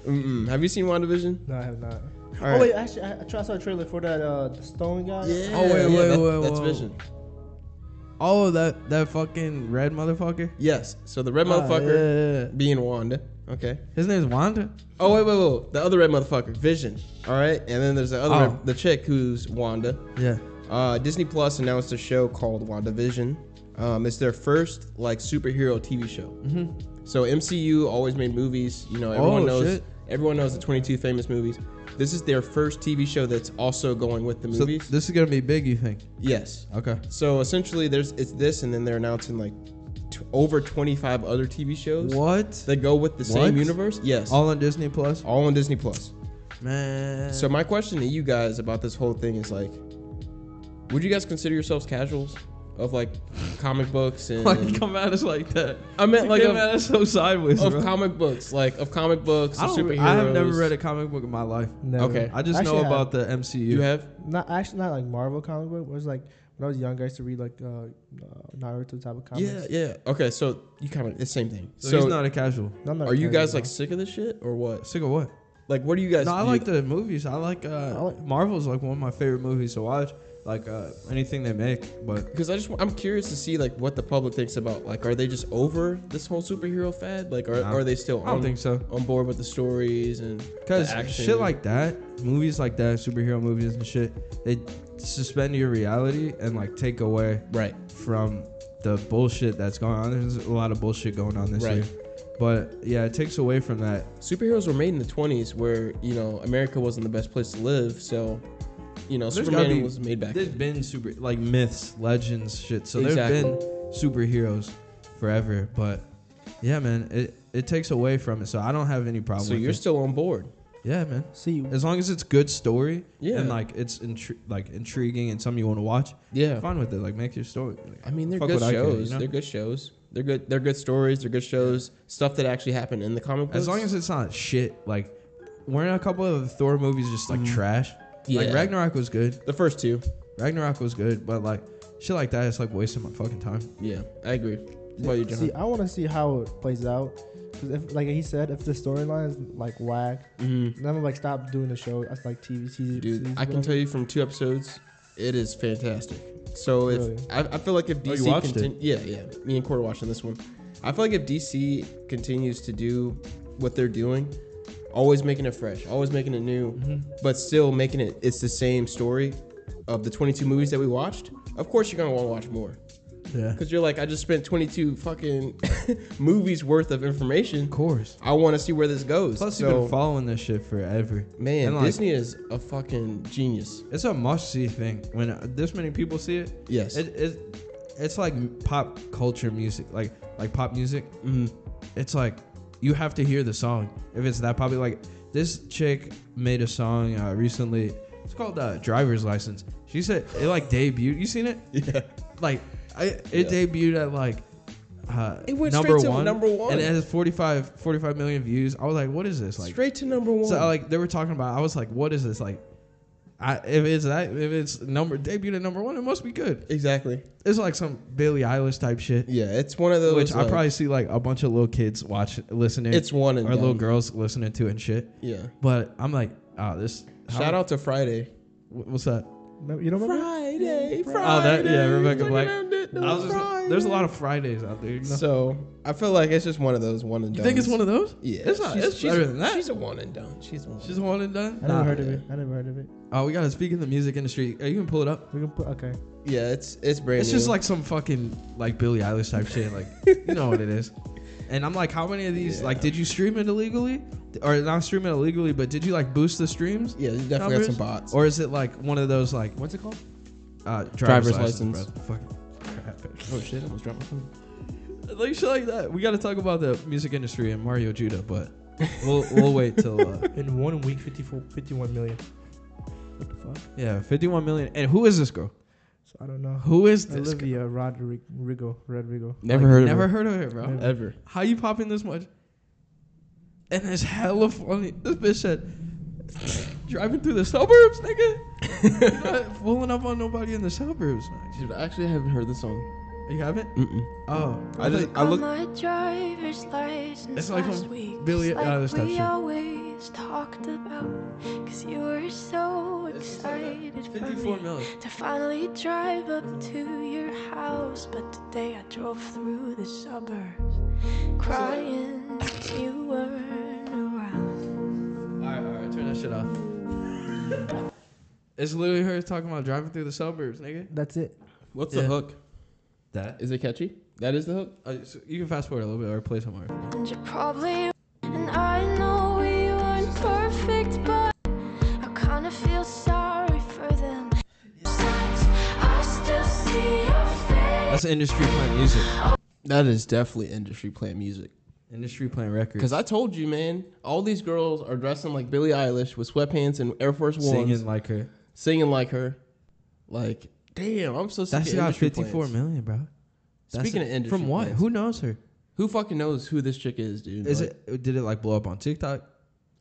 [SPEAKER 1] Mm-mm. Have you seen WandaVision?
[SPEAKER 3] No, I have not.
[SPEAKER 1] All
[SPEAKER 3] Oh
[SPEAKER 1] right.
[SPEAKER 3] wait, actually, I, I tried- I saw a trailer for that uh, the Stone guy.
[SPEAKER 1] Yeah.
[SPEAKER 2] Oh, wait,
[SPEAKER 1] yeah,
[SPEAKER 2] wait,
[SPEAKER 1] that-
[SPEAKER 2] wait,
[SPEAKER 1] That's
[SPEAKER 2] wait.
[SPEAKER 1] Vision.
[SPEAKER 2] Oh, that that fucking red motherfucker.
[SPEAKER 1] Yes. So the red
[SPEAKER 2] Ah,
[SPEAKER 1] motherfucker
[SPEAKER 2] yeah, yeah, yeah.
[SPEAKER 1] being Wanda. Okay.
[SPEAKER 2] His name's Wanda.
[SPEAKER 1] Oh wait, wait, wait. The other red motherfucker, Vision. All right. And then there's the other,
[SPEAKER 2] Oh.
[SPEAKER 1] red- the chick who's Wanda.
[SPEAKER 2] Yeah.
[SPEAKER 1] Uh, Disney Plus announced a show called WandaVision. Um, it's their first like superhero TV show.
[SPEAKER 2] Mm-hmm.
[SPEAKER 1] So MCU always made movies. You know, everyone
[SPEAKER 2] Oh,
[SPEAKER 1] knows.
[SPEAKER 2] shit.
[SPEAKER 1] Everyone knows the 22 famous movies. This is their first TV show that's also going with the
[SPEAKER 2] So
[SPEAKER 1] movies.
[SPEAKER 2] this is gonna be big, you think?
[SPEAKER 1] yes.
[SPEAKER 2] Okay.
[SPEAKER 1] So essentially, there's it's this, and then they're announcing like t- over 25 other TV shows
[SPEAKER 2] What?
[SPEAKER 1] that go with the same
[SPEAKER 2] What?
[SPEAKER 1] universe. Yes. All,
[SPEAKER 2] All on Disney Plus.
[SPEAKER 1] on Disney Plus.
[SPEAKER 2] Man.
[SPEAKER 1] So my question to you guys about this whole thing is like, would you guys consider yourselves casuals of like comic books and?
[SPEAKER 2] like come at us like that.
[SPEAKER 1] I meant
[SPEAKER 2] You
[SPEAKER 1] like
[SPEAKER 2] came
[SPEAKER 1] of-
[SPEAKER 2] at us so sideways.
[SPEAKER 1] of
[SPEAKER 2] bro.
[SPEAKER 1] comic books, like of comic books,
[SPEAKER 2] I,
[SPEAKER 1] of
[SPEAKER 2] don't,
[SPEAKER 1] superheroes.
[SPEAKER 2] I have never read a comic book in my life.
[SPEAKER 3] Never.
[SPEAKER 1] Okay.
[SPEAKER 2] I just
[SPEAKER 3] Actually,
[SPEAKER 2] know
[SPEAKER 3] I-
[SPEAKER 2] about the MCU.
[SPEAKER 1] You have?
[SPEAKER 3] Not actually, not like Marvel comic book. It was like when I was younger, I used to read like uh, uh, Naruto type of comics.
[SPEAKER 1] Yeah, yeah. Okay, so you kind of it's same thing.
[SPEAKER 2] so,
[SPEAKER 1] So,
[SPEAKER 2] he's not a casual.
[SPEAKER 3] No, I'm not
[SPEAKER 1] are
[SPEAKER 3] a
[SPEAKER 1] you
[SPEAKER 3] fan
[SPEAKER 1] guys
[SPEAKER 3] of
[SPEAKER 1] like
[SPEAKER 3] it,
[SPEAKER 1] sick of this shit or what?
[SPEAKER 2] Sick of what?
[SPEAKER 1] Like, what do you guys?
[SPEAKER 2] No, I
[SPEAKER 1] do?
[SPEAKER 2] like the movies. I like uh
[SPEAKER 3] I like-
[SPEAKER 2] Marvel's like one of my favorite movies to watch. Like uh anything they make, but
[SPEAKER 1] because I just wa- I'm curious to see like what the public thinks about like are they just over this whole superhero fad? Like, are,
[SPEAKER 2] Nah.
[SPEAKER 1] are they still
[SPEAKER 2] I don't
[SPEAKER 1] on,
[SPEAKER 2] think so.
[SPEAKER 1] on board with Um, the stories and the
[SPEAKER 2] Cause
[SPEAKER 1] action?
[SPEAKER 2] shit like that, movies like that, superhero movies and shit, they suspend your reality and like take away
[SPEAKER 1] right?
[SPEAKER 2] from the bullshit that's going on. There's a lot of bullshit going on this
[SPEAKER 1] Right.
[SPEAKER 2] year, but yeah, it takes away from that.
[SPEAKER 1] Superheroes were made in the 20s where you know America wasn't the best place to live, so you know
[SPEAKER 2] There's gotta
[SPEAKER 1] Superman
[SPEAKER 2] be-
[SPEAKER 1] was made back.
[SPEAKER 2] There's
[SPEAKER 1] then.
[SPEAKER 2] been super like myths, legends, shit. So
[SPEAKER 1] Exactly.
[SPEAKER 2] there've been superheroes forever, but yeah, man, it it takes away from it. So I don't have any problem.
[SPEAKER 1] So
[SPEAKER 2] with
[SPEAKER 1] you're
[SPEAKER 2] it.
[SPEAKER 1] still on board,
[SPEAKER 2] yeah, man.
[SPEAKER 3] See,
[SPEAKER 2] As long as it's good story,
[SPEAKER 1] Yeah.
[SPEAKER 2] and like it's intri- like intriguing and something you want to watch,
[SPEAKER 1] yeah.
[SPEAKER 2] fine with it. Like make your story. like,
[SPEAKER 1] I mean, they're
[SPEAKER 2] Fuck
[SPEAKER 1] good
[SPEAKER 2] what I care,
[SPEAKER 1] shows.
[SPEAKER 2] you know?
[SPEAKER 1] They're good shows. They're good. They're good stories. They're good shows. Stuff that actually happened in the comic books.
[SPEAKER 2] As long as it's not shit, like weren't a couple of Thor movies just like trash?
[SPEAKER 1] Mm. Yeah.
[SPEAKER 2] Like Ragnarok was good.
[SPEAKER 1] the first two.
[SPEAKER 2] Ragnarok was good, but like shit like that, it's like wasting my fucking time.
[SPEAKER 1] Yeah, I agree. What about you, John?
[SPEAKER 3] see, I want to see how it plays out. 'Cause if, like he said, if the storyline is like whack,
[SPEAKER 1] Mhm.
[SPEAKER 3] then I'm gonna like stop doing the show. That's like TV series.
[SPEAKER 1] Dude, I can tell you from two episodes, it is fantastic. So if
[SPEAKER 3] Really?
[SPEAKER 1] I, I feel like if
[SPEAKER 2] Oh, you
[SPEAKER 1] DC
[SPEAKER 2] watched it?
[SPEAKER 1] yeah, yeah, me and Corey watching this one. I feel like if DC continues to do what they're doing, always making it fresh, always making it new,
[SPEAKER 2] Mm-hmm.
[SPEAKER 1] but still making it it's the same story of the 22 movies that we watched. Of course, you're gonna want to watch more
[SPEAKER 2] Yeah.
[SPEAKER 1] because you're like, I just spent 22 fucking movies worth of information.
[SPEAKER 2] Of course.
[SPEAKER 1] I want to see where this goes.
[SPEAKER 2] Plus
[SPEAKER 1] so,
[SPEAKER 2] you've been following this shit forever.
[SPEAKER 1] man,
[SPEAKER 2] and, like-
[SPEAKER 1] Disney is a fucking genius.
[SPEAKER 2] It's a must see thing. When uh, this many people see it,
[SPEAKER 1] Yes.
[SPEAKER 2] it, it it's like pop culture music, like like pop music.
[SPEAKER 1] Mhm.
[SPEAKER 2] It's like you have to hear the song if it's that popular. Like this chick made a song uh, recently. It's called uh, "Driver's License." She said it like debuted. You seen it?
[SPEAKER 1] Yeah.
[SPEAKER 2] Like I, it
[SPEAKER 1] Yeah.
[SPEAKER 2] debuted at like. Uh,
[SPEAKER 1] It went
[SPEAKER 2] number
[SPEAKER 1] straight to
[SPEAKER 2] one,
[SPEAKER 1] number one.
[SPEAKER 2] and it has 45, 45 million views. I was like, "What is this?" Like,
[SPEAKER 1] Straight to number one.
[SPEAKER 2] so like they were talking about, I was like, "What is this?" Like, I, if it's that, if it's number debuted at number one, it must be good.
[SPEAKER 1] exactly.
[SPEAKER 2] It's like some Billie Eilish type shit,
[SPEAKER 1] Yeah, it's one of those.
[SPEAKER 2] which I
[SPEAKER 1] like,
[SPEAKER 2] probably see like a bunch of little kids watch, listening,
[SPEAKER 1] It's one and
[SPEAKER 2] or little
[SPEAKER 1] done.
[SPEAKER 2] girls listening to it and shit.
[SPEAKER 1] Yeah.
[SPEAKER 2] But I'm like, oh, this
[SPEAKER 1] Shout out to Friday.
[SPEAKER 2] wh- What's that?
[SPEAKER 3] Remember- you don't remember?
[SPEAKER 1] Friday, Friday.
[SPEAKER 2] Oh, that yeah, Rebecca Black. I was just,
[SPEAKER 1] Friday.
[SPEAKER 2] there's a lot of Fridays out there. You, know?
[SPEAKER 1] So I feel like it's just one of those one and
[SPEAKER 2] you
[SPEAKER 1] done.
[SPEAKER 2] think it's one of those?
[SPEAKER 1] Yeah,
[SPEAKER 2] it's not.
[SPEAKER 1] she's-
[SPEAKER 2] It's
[SPEAKER 1] she's-
[SPEAKER 2] better than that.
[SPEAKER 1] She's a one and done. She's a one.
[SPEAKER 2] She's one and done.
[SPEAKER 3] I never
[SPEAKER 2] Nah.
[SPEAKER 3] heard of it. I never heard of it.
[SPEAKER 2] Oh, we gotta speak in the music industry. Hey, you can pull it up.
[SPEAKER 3] We can put okay.
[SPEAKER 1] yeah, it's it's brand
[SPEAKER 2] It's
[SPEAKER 1] new.
[SPEAKER 2] just like some fucking like Billie Eilish type shit. Like you know what it is. And I'm like, how many of these? Like,
[SPEAKER 1] Yeah.
[SPEAKER 2] did you stream it illegally, or not stream it illegally? But did you like boost the streams?
[SPEAKER 1] yeah, you definitely got
[SPEAKER 2] numbers?
[SPEAKER 1] some bots.
[SPEAKER 2] Or is it like one of those like
[SPEAKER 3] What's it called?
[SPEAKER 2] uh,
[SPEAKER 1] Driver's
[SPEAKER 2] driver's, license?
[SPEAKER 1] license.
[SPEAKER 2] bro? Fucking crap.
[SPEAKER 1] oh shit, I almost dropped my phone.
[SPEAKER 2] Like shit like that. We got to talk about the music industry and Mario Judah, but we'll we'll wait till uh,
[SPEAKER 3] In one week, 54, 51 million. What the fuck?
[SPEAKER 2] yeah, 51 million. And who is this girl?
[SPEAKER 3] So I don't know.
[SPEAKER 2] Who is this? guy?
[SPEAKER 3] Olivia Rodrigo. Rodrigo.
[SPEAKER 1] Never
[SPEAKER 2] Like,
[SPEAKER 1] heard of
[SPEAKER 2] Never
[SPEAKER 1] her.
[SPEAKER 2] heard of her, bro.
[SPEAKER 3] Never.
[SPEAKER 1] Ever.
[SPEAKER 2] How you popping this much? And it's hella funny. This bitch said, driving through the suburbs, nigga. Not fooling up on nobody in the suburbs.
[SPEAKER 1] Dude, I actually haven't heard this song.
[SPEAKER 2] You haven't?
[SPEAKER 1] Mm-mm.
[SPEAKER 2] Oh.
[SPEAKER 1] I just I
[SPEAKER 4] Got
[SPEAKER 1] look
[SPEAKER 4] my driver's license
[SPEAKER 2] It's like
[SPEAKER 4] last
[SPEAKER 2] from
[SPEAKER 4] week,
[SPEAKER 2] Billie
[SPEAKER 4] just
[SPEAKER 2] Eilish type
[SPEAKER 4] we
[SPEAKER 2] shit.
[SPEAKER 4] always talked about. Cause you were so
[SPEAKER 2] This is like a
[SPEAKER 4] excited for
[SPEAKER 2] 54
[SPEAKER 4] me
[SPEAKER 2] million.
[SPEAKER 4] to finally drive up to your house. But today I drove through the suburbs crying that you weren't around.
[SPEAKER 2] Alright, alright, turn that shit off. it's literally her talking about driving through the suburbs, nigga.
[SPEAKER 3] That's it.
[SPEAKER 1] What's
[SPEAKER 2] Yeah.
[SPEAKER 1] the hook?
[SPEAKER 2] That.
[SPEAKER 1] Is it catchy? That is the hook?
[SPEAKER 2] Uh, so you can fast forward a little bit or play some more.
[SPEAKER 4] And you probably and I know we weren't perfect, but I kinda feel sorry for them. I still see your face.
[SPEAKER 2] That's industry playing music.
[SPEAKER 1] That is definitely industry playing music.
[SPEAKER 2] Industry playing records.
[SPEAKER 1] Because I told you, man, all these girls are dressing like Billie Eilish with sweatpants and Air Force Ones,
[SPEAKER 2] Singing
[SPEAKER 1] singing,
[SPEAKER 2] like her.
[SPEAKER 1] like her. Like, damn, I'm so sick
[SPEAKER 2] That's
[SPEAKER 1] of
[SPEAKER 2] got
[SPEAKER 1] industry
[SPEAKER 2] fifty four
[SPEAKER 1] plans.
[SPEAKER 2] million, bro. That's
[SPEAKER 1] Speaking
[SPEAKER 2] it.
[SPEAKER 1] of industry
[SPEAKER 2] From what?
[SPEAKER 1] plans.
[SPEAKER 2] Who knows her?
[SPEAKER 1] Who fucking knows who this chick is, dude?
[SPEAKER 2] Is
[SPEAKER 1] Like,
[SPEAKER 2] it? Did it like blow up on TikTok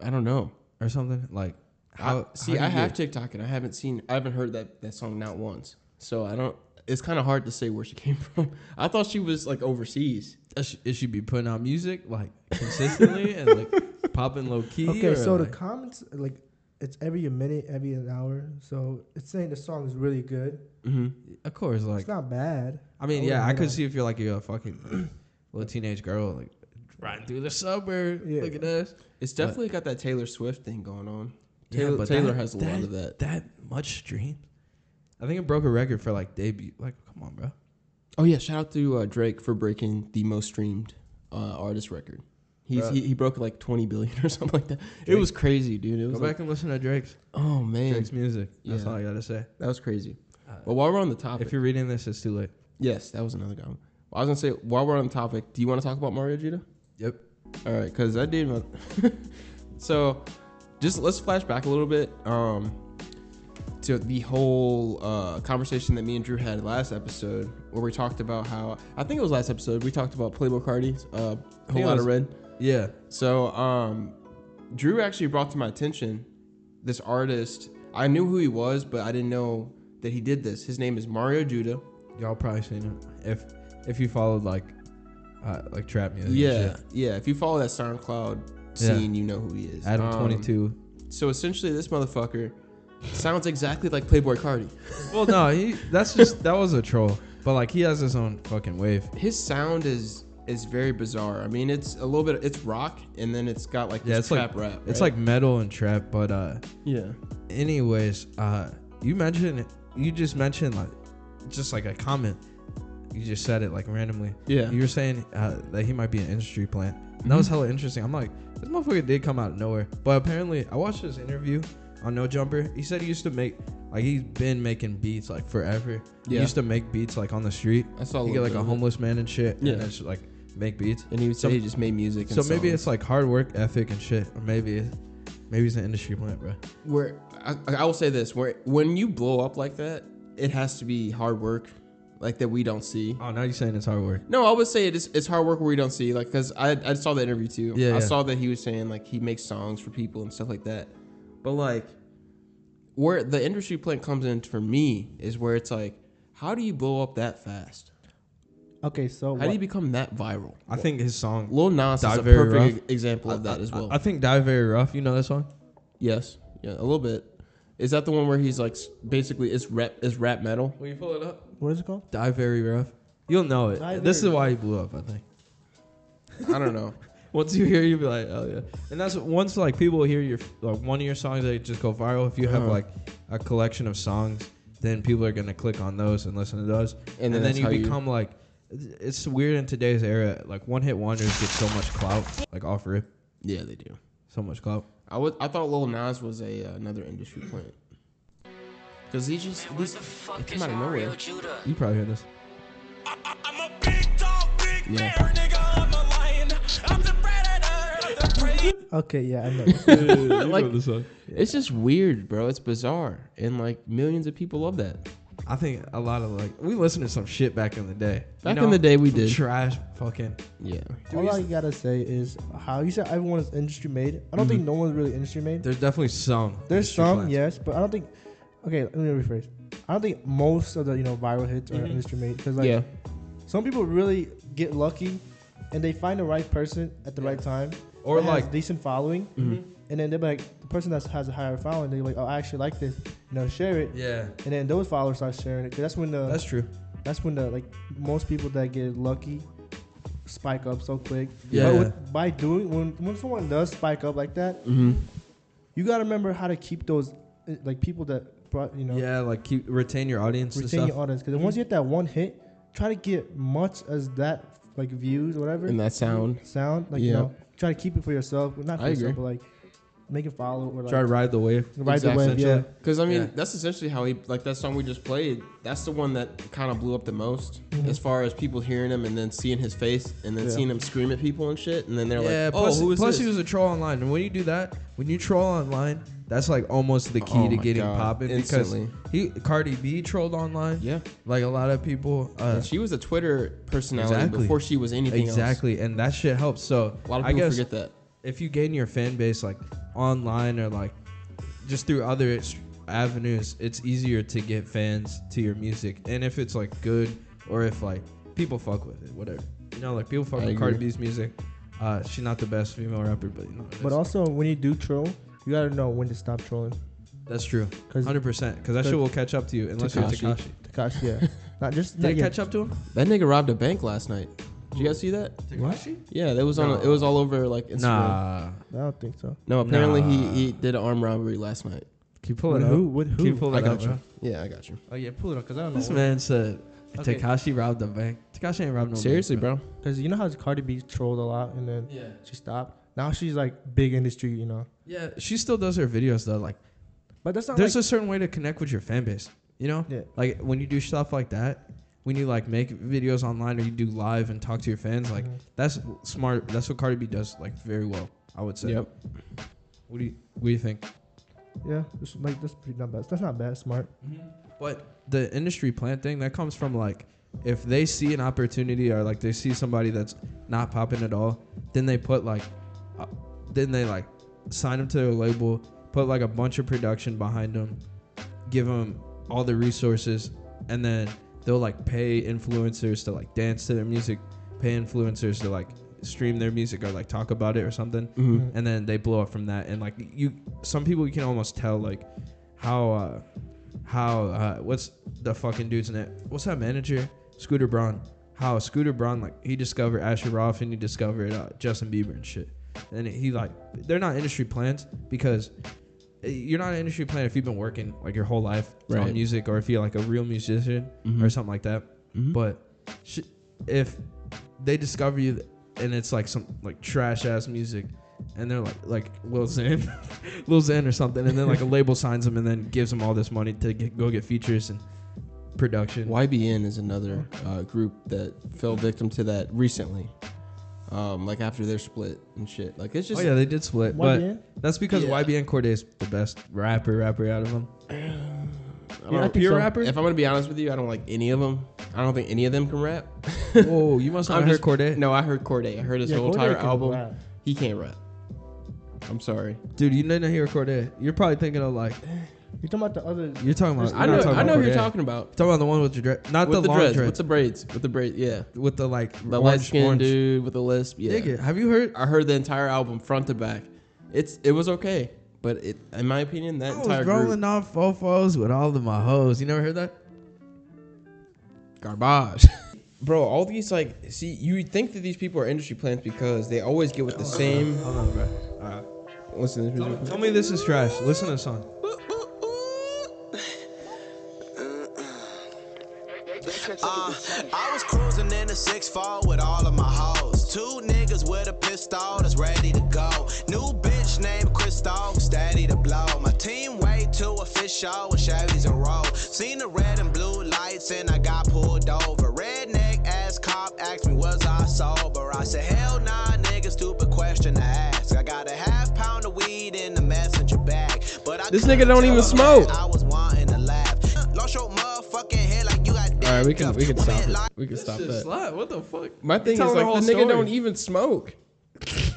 [SPEAKER 1] I don't know.
[SPEAKER 2] or something? Like,
[SPEAKER 1] I, see,
[SPEAKER 2] how
[SPEAKER 1] I
[SPEAKER 2] do you
[SPEAKER 1] have
[SPEAKER 2] get-
[SPEAKER 1] TikTok and I haven't seen, I haven't heard that, that song not once. So I don't, it's kind of hard to say where she came from. I thought she was like overseas.
[SPEAKER 2] It should, it should be putting out music like consistently and like popping low key.
[SPEAKER 3] Okay,
[SPEAKER 2] or,
[SPEAKER 3] so the
[SPEAKER 2] like,
[SPEAKER 3] comments like it's every minute, every an hour. So it's saying the song is really good.
[SPEAKER 1] Mm-hmm.
[SPEAKER 2] of course, like
[SPEAKER 3] it's not bad.
[SPEAKER 2] I mean,
[SPEAKER 3] I
[SPEAKER 2] yeah, I
[SPEAKER 3] wouldn't
[SPEAKER 2] could
[SPEAKER 3] know.
[SPEAKER 2] see if you're like you're a fucking little teenage girl like riding through the suburb.
[SPEAKER 3] Yeah.
[SPEAKER 2] Look at us.
[SPEAKER 1] It's definitely got that Taylor Swift thing going on.
[SPEAKER 2] Yeah,
[SPEAKER 1] Taylor,
[SPEAKER 2] but
[SPEAKER 1] Taylor
[SPEAKER 2] that-
[SPEAKER 1] has a lot of that.
[SPEAKER 2] That much stream. I think it broke a record for like debut. Like, come on, bro.
[SPEAKER 1] Oh yeah, shout out to uh, Drake for breaking the most streamed uh, artist record. He's,
[SPEAKER 2] Bruh.
[SPEAKER 1] he, he broke like 20 billion or something like that. It was crazy, dude. It
[SPEAKER 2] Go
[SPEAKER 1] was like,
[SPEAKER 2] back and listen to Drake's
[SPEAKER 1] oh man,
[SPEAKER 2] Drake's music. That's
[SPEAKER 1] Yeah.
[SPEAKER 2] all I gotta say.
[SPEAKER 1] that was crazy.
[SPEAKER 2] Uh,
[SPEAKER 1] But while we're on the topic,
[SPEAKER 2] If you're reading this, it's too late.
[SPEAKER 1] yes, that was another guy. I was gonna say while we're on the topic, do you want to talk about Mario Gita?
[SPEAKER 2] Yep.
[SPEAKER 1] All right, because I did. My so, just let's flash back a little bit um, to the whole uh, conversation that me and Drew had last episode, where we talked about how I think it was last episode we talked about Playboy Cardi's uh,
[SPEAKER 2] I think
[SPEAKER 1] whole
[SPEAKER 2] it
[SPEAKER 1] lot
[SPEAKER 2] was-
[SPEAKER 1] of red.
[SPEAKER 2] Yeah.
[SPEAKER 1] So, um, Drew actually brought to my attention this artist. I knew who he was, but I didn't know that he did this. His name is Mario Judah.
[SPEAKER 2] Y'all probably seen it if if you followed like uh, like trap music. and
[SPEAKER 1] Yeah,
[SPEAKER 2] shit.
[SPEAKER 1] yeah. If you follow that SoundCloud
[SPEAKER 2] Yeah.
[SPEAKER 1] scene, you know who he is.
[SPEAKER 2] Adam
[SPEAKER 1] Um,
[SPEAKER 2] twenty two.
[SPEAKER 1] So essentially, this motherfucker sounds exactly like Playboy Cardi.
[SPEAKER 2] Well, no, he, that's just that was a troll. But like he has his own fucking wave.
[SPEAKER 1] His sound is is very bizarre. I mean, it's a little bit. It's rock, and then it's got like
[SPEAKER 2] Yeah,
[SPEAKER 1] this
[SPEAKER 2] it's
[SPEAKER 1] trap
[SPEAKER 2] like
[SPEAKER 1] rap.
[SPEAKER 2] it's
[SPEAKER 1] right?
[SPEAKER 2] like metal and trap. But uh,
[SPEAKER 1] yeah,
[SPEAKER 2] anyways, uh, you mentioned you just mentioned like just like a comment. You just said it like randomly.
[SPEAKER 1] yeah. Mm-hmm.
[SPEAKER 2] You were saying uh, that he might be an industry plant. And That was hella interesting. I'm like, this motherfucker did come out of nowhere. But apparently, I watched this interview on No Jumper. He said he used to make, like, he's been making beats, like, forever. He
[SPEAKER 1] Yeah.
[SPEAKER 2] used to make beats, like, on the street.
[SPEAKER 1] I saw a
[SPEAKER 2] He
[SPEAKER 1] little
[SPEAKER 2] get, like,
[SPEAKER 1] bit
[SPEAKER 2] a
[SPEAKER 1] of it.
[SPEAKER 2] homeless man and shit.
[SPEAKER 1] Yeah.
[SPEAKER 2] And then just, like, make beats.
[SPEAKER 1] And he would say
[SPEAKER 2] So-
[SPEAKER 1] he just made music. And
[SPEAKER 2] So maybe
[SPEAKER 1] songs.
[SPEAKER 2] it's, like, hard work ethic and shit. Or maybe, maybe he's an industry plant, bro.
[SPEAKER 1] where I, I will say this: where when you blow up like that, it has to be hard work, like that we don't see.
[SPEAKER 2] Oh, now you're saying it's hard work.
[SPEAKER 1] No, I would say it's it's hard work where you don't see like because I I saw the interview too.
[SPEAKER 2] Yeah,
[SPEAKER 1] I
[SPEAKER 2] yeah.
[SPEAKER 1] saw that he was saying like he makes songs for people and stuff like that. But like where the industry plant comes in for me is where it's like, how do you blow up that fast?
[SPEAKER 3] Okay, so
[SPEAKER 1] How do
[SPEAKER 3] what-
[SPEAKER 1] you become that viral?
[SPEAKER 2] I think his song.
[SPEAKER 1] Lil Nas is
[SPEAKER 2] Die
[SPEAKER 1] a
[SPEAKER 2] Very
[SPEAKER 1] perfect
[SPEAKER 2] Rough.
[SPEAKER 1] e- example of
[SPEAKER 2] I-
[SPEAKER 1] that as
[SPEAKER 2] I-
[SPEAKER 1] well.
[SPEAKER 2] I, think Die Very Rough. You know that song?
[SPEAKER 1] yes, yeah, a little bit. Is that the one where he's like s- basically it's rap it's rap metal?
[SPEAKER 2] Will you pull it up?
[SPEAKER 3] what is it called?
[SPEAKER 2] Die Very Rough. You'll know it.
[SPEAKER 3] Die
[SPEAKER 2] this
[SPEAKER 3] Very
[SPEAKER 2] is why he blew up, I think.
[SPEAKER 1] I don't know.
[SPEAKER 2] Once you hear, it, you'll be like, oh yeah. And that's once like people hear your like one of your songs, they just go viral. If you have
[SPEAKER 1] Uh-huh.
[SPEAKER 2] like a collection of songs, then people are gonna click on those and listen to those.
[SPEAKER 1] And then
[SPEAKER 2] And, then
[SPEAKER 1] that's
[SPEAKER 2] you
[SPEAKER 1] how you-
[SPEAKER 2] become like, it's weird in today's era. Like one hit wonders get so much clout, like off rip,
[SPEAKER 1] Yeah, they do.
[SPEAKER 2] so much clout.
[SPEAKER 1] I would I thought Lil Nas was a uh, another industry plant. Cause he just he, he came out of nowhere.
[SPEAKER 2] You probably heard this.
[SPEAKER 5] I'm a big dog, big
[SPEAKER 1] Yeah.
[SPEAKER 5] bear, nigga. I'm a lion. I'm the predator. I'm the prey.
[SPEAKER 3] Okay, yeah, I know. this.
[SPEAKER 1] Like, It's just weird, bro. It's bizarre, and like millions of people love that.
[SPEAKER 2] I think a lot of like we listened to some shit back in the day. You
[SPEAKER 1] Back in the day, we
[SPEAKER 2] some
[SPEAKER 1] did.
[SPEAKER 2] trash fucking.
[SPEAKER 1] Yeah.
[SPEAKER 3] All I gotta say is how you said everyone is industry made. I don't
[SPEAKER 1] Mm-hmm.
[SPEAKER 3] think no one's really industry made.
[SPEAKER 2] There's definitely some.
[SPEAKER 3] There's
[SPEAKER 2] industry
[SPEAKER 3] some,
[SPEAKER 2] plans.
[SPEAKER 3] yes, but I don't think. Okay, let me rephrase. I don't think most of the you know viral hits are industry made because like
[SPEAKER 1] Mm-hmm. yeah.
[SPEAKER 3] some people really get lucky, and they find the right person at the right time,
[SPEAKER 2] Or
[SPEAKER 3] that has
[SPEAKER 2] like-
[SPEAKER 3] decent following,
[SPEAKER 1] Mm-hmm.
[SPEAKER 3] and then they're like the person that has a higher following. They're like, oh, I actually like this, you know, share it,
[SPEAKER 2] Yeah,
[SPEAKER 3] and then those followers start sharing it. 'Cause that's when the
[SPEAKER 2] that's
[SPEAKER 3] that's,
[SPEAKER 2] true.
[SPEAKER 3] when the like most people that get lucky spike up so quick.
[SPEAKER 2] Yeah.
[SPEAKER 3] But with, by doing when when someone does spike up like that,
[SPEAKER 1] Mm-hmm.
[SPEAKER 3] you gotta remember how to keep those uh, like people that brought you know
[SPEAKER 2] Yeah, like keep retain your audience and
[SPEAKER 3] retain
[SPEAKER 2] stuff.
[SPEAKER 3] your audience because once you hit that one hit, try to get much as that like views or whatever
[SPEAKER 1] And that sound.
[SPEAKER 3] sound like you
[SPEAKER 1] Yeah.
[SPEAKER 3] know try to keep it for yourself, well, not for
[SPEAKER 1] I
[SPEAKER 3] yourself,
[SPEAKER 1] agree.
[SPEAKER 3] but like make it follow or like
[SPEAKER 2] Try to ride the wave.
[SPEAKER 3] ride
[SPEAKER 1] Exactly.
[SPEAKER 3] the wave. Yeah,
[SPEAKER 2] Essentially.
[SPEAKER 1] Because I mean,
[SPEAKER 2] Yeah.
[SPEAKER 1] that's essentially how he like that song we just played. That's the one that kind of blew up the most,
[SPEAKER 2] Mm-hmm.
[SPEAKER 1] as far as people hearing him and then seeing his face and then
[SPEAKER 3] Yeah.
[SPEAKER 1] seeing him scream at people and shit. And then they're
[SPEAKER 2] yeah,
[SPEAKER 1] like, "Oh,
[SPEAKER 2] plus,
[SPEAKER 1] who is
[SPEAKER 2] plus
[SPEAKER 1] this?"
[SPEAKER 2] he was a troll online, and when you do that, when you troll online, that's like almost the key
[SPEAKER 1] Oh
[SPEAKER 2] to
[SPEAKER 1] my
[SPEAKER 2] getting
[SPEAKER 1] God,
[SPEAKER 2] popping
[SPEAKER 1] instantly.
[SPEAKER 2] because he Cardi B trolled online.
[SPEAKER 1] yeah,
[SPEAKER 2] like a lot of people. Uh,
[SPEAKER 1] And she was a Twitter personality
[SPEAKER 2] Exactly.
[SPEAKER 1] before she was anything else.
[SPEAKER 2] exactly, and that shit helps. So
[SPEAKER 1] A lot of
[SPEAKER 2] I
[SPEAKER 1] people
[SPEAKER 2] guess
[SPEAKER 1] forget that.
[SPEAKER 2] if you gain your fan base like online or like just through other s- avenues, it's easier to get fans to your music. And if it's like good or if like people fuck with it, whatever. You know, like people fuck
[SPEAKER 1] I
[SPEAKER 2] with Cardi
[SPEAKER 1] agree.
[SPEAKER 2] B's music. Uh, she's not the best female rapper, but you know, it
[SPEAKER 3] but
[SPEAKER 2] is.
[SPEAKER 3] also when you do troll, you gotta know when to stop trolling.
[SPEAKER 2] that's true,
[SPEAKER 3] 'Cause-
[SPEAKER 2] hundred percent. Because that
[SPEAKER 3] Good.
[SPEAKER 2] shit will catch up to you unless you're
[SPEAKER 1] Tekashi.
[SPEAKER 2] Takashi.
[SPEAKER 3] Takashi, yeah, not just
[SPEAKER 2] Did
[SPEAKER 3] not
[SPEAKER 2] it
[SPEAKER 3] yet.
[SPEAKER 2] catch up to him?
[SPEAKER 1] That nigga robbed a bank last night. Did you guys see that?
[SPEAKER 2] Takashi?
[SPEAKER 1] Yeah, that was on.
[SPEAKER 2] No.
[SPEAKER 1] It was all over like Instagram.
[SPEAKER 2] Nah.
[SPEAKER 3] I don't think so.
[SPEAKER 1] No, apparently
[SPEAKER 2] Nah.
[SPEAKER 1] he he did an armed robbery last night.
[SPEAKER 2] Can you pull it
[SPEAKER 3] With
[SPEAKER 2] up?
[SPEAKER 3] who? With
[SPEAKER 2] Can you
[SPEAKER 3] who?
[SPEAKER 2] pull
[SPEAKER 1] I
[SPEAKER 2] it
[SPEAKER 1] got
[SPEAKER 2] up,
[SPEAKER 1] you.
[SPEAKER 2] bro?
[SPEAKER 1] Yeah, I got you.
[SPEAKER 3] Oh yeah, pull it up because I don't
[SPEAKER 2] This
[SPEAKER 3] know.
[SPEAKER 2] man said
[SPEAKER 3] Okay.
[SPEAKER 2] Takashi robbed a bank. Takashi ain't robbed no bank,
[SPEAKER 1] Seriously, bro.
[SPEAKER 3] Because you know how Cardi B trolled a lot and then
[SPEAKER 2] Yeah.
[SPEAKER 3] she stopped. Now she's like big industry, you know.
[SPEAKER 2] Yeah, she still does her videos though. Like,
[SPEAKER 3] But that's not
[SPEAKER 2] there's
[SPEAKER 3] like,
[SPEAKER 2] a certain way to connect with your fan base. You know,
[SPEAKER 3] Yeah.
[SPEAKER 2] like when you do stuff like that, when you like make videos online or you do live and talk to your fans, like
[SPEAKER 3] Mhm.
[SPEAKER 2] that's smart. That's what Cardi B does like very well. I would say.
[SPEAKER 1] Yep.
[SPEAKER 2] What do you What do you think?
[SPEAKER 3] yeah, it's like that's pretty not bad. That's not bad. Smart.
[SPEAKER 2] But the industry plant thing that comes from like if they see an opportunity or like they see somebody that's not popping at all, then they put like, uh, then they like sign them to their label, put like a bunch of production behind them, give them all the resources, and then they'll like pay influencers to like dance to their music, pay influencers to like stream their music or like talk about it or something
[SPEAKER 1] Mhm.
[SPEAKER 2] and then they blow up from that and like you some people you can almost tell like how uh how uh what's the fucking dude's name what's that manager scooter braun how scooter braun like he discovered asher roth and he discovered uh, justin bieber and shit and he like they're not industry plants because eh, you're not an industry plant if you've been working like your whole life on
[SPEAKER 1] Right.
[SPEAKER 2] music or if you're like a real musician or something like that
[SPEAKER 1] Mm-hmm. Hmm?
[SPEAKER 2] but sh- if they discover you and it's like some like trash ass music and they're like like Lil Xan, Lil Xan or something, and then like a label signs them and then gives them all this money to get, go get features and production.
[SPEAKER 1] YBN is another uh, group that fell victim to that recently. Um, like after their split and shit. Like it's just
[SPEAKER 2] oh yeah, they did split,
[SPEAKER 3] YBN?
[SPEAKER 2] but that's because
[SPEAKER 1] Yeah.
[SPEAKER 2] YBN Corday's the best rapper rapper out of them.
[SPEAKER 1] I
[SPEAKER 3] Yeah, I
[SPEAKER 1] don't-
[SPEAKER 3] think
[SPEAKER 2] Pure
[SPEAKER 3] so.
[SPEAKER 2] rapper.
[SPEAKER 1] if I'm gonna be honest with you, I don't like any of them. I don't think any of them can rap.
[SPEAKER 2] Whoa, you must not
[SPEAKER 1] I'm
[SPEAKER 2] have heard
[SPEAKER 1] just-
[SPEAKER 2] Corday.
[SPEAKER 1] No, I heard Corday. I heard his
[SPEAKER 3] Yeah,
[SPEAKER 1] whole
[SPEAKER 3] Corday
[SPEAKER 1] entire
[SPEAKER 3] can
[SPEAKER 1] album.
[SPEAKER 3] rap.
[SPEAKER 1] He can't rap. I'm sorry.
[SPEAKER 2] dude, you didn't hear Corday. You're probably thinking of like
[SPEAKER 3] You're talking about the other.
[SPEAKER 2] you're talking about.
[SPEAKER 1] I
[SPEAKER 2] you're
[SPEAKER 1] know.
[SPEAKER 2] not
[SPEAKER 1] I know who
[SPEAKER 2] Cordae.
[SPEAKER 1] you're talking about.
[SPEAKER 2] Talking about the one with the dread, not
[SPEAKER 1] With
[SPEAKER 2] the,
[SPEAKER 1] the,
[SPEAKER 2] long
[SPEAKER 1] dreads,
[SPEAKER 2] dreads,
[SPEAKER 1] with the braids, with the braids. Yeah,
[SPEAKER 2] with the like
[SPEAKER 1] the light
[SPEAKER 2] orange-
[SPEAKER 1] skinned
[SPEAKER 2] orange.
[SPEAKER 1] dude with the lisp. Yeah.
[SPEAKER 2] Nigga, have you heard?
[SPEAKER 1] I heard the entire album front to back. It's it was okay, but it in my opinion that
[SPEAKER 2] I
[SPEAKER 1] entire
[SPEAKER 2] was
[SPEAKER 1] group
[SPEAKER 2] rolling off fofos with all of my hoes. You never heard that?
[SPEAKER 1] garbage. Bro, all these like see you think that these people are industry plants because they always get with the same.
[SPEAKER 2] Hold on, bro.
[SPEAKER 1] Listen, to this music.
[SPEAKER 2] Tell me this is trash. Listen to the song.
[SPEAKER 6] Uh, I was cruising in the six fall with all of my hoes. Two niggas with a pistol that's ready to go. New bitch named Crystal, steady to blow. My team way too official with Chevys and roll. Seen the red and blue lights and I got pulled over. Redneck ass cop asked me was I sober. I said hell nah, nigga, stupid question to ask. I got a half pound of weed in the messenger bag, but I
[SPEAKER 1] This
[SPEAKER 6] couldn't
[SPEAKER 1] nigga don't
[SPEAKER 6] tell
[SPEAKER 1] even
[SPEAKER 6] her
[SPEAKER 1] smoke.
[SPEAKER 6] that I was wanting to laugh. Lost your motherfucking
[SPEAKER 1] right, we can we can stop it. We can stop
[SPEAKER 2] Shit
[SPEAKER 1] that.
[SPEAKER 2] slap. What the fuck?
[SPEAKER 1] My
[SPEAKER 2] You
[SPEAKER 1] thing is
[SPEAKER 2] telling
[SPEAKER 1] like
[SPEAKER 2] the
[SPEAKER 1] the
[SPEAKER 2] whole
[SPEAKER 1] nigga
[SPEAKER 2] story.
[SPEAKER 1] don't even smoke.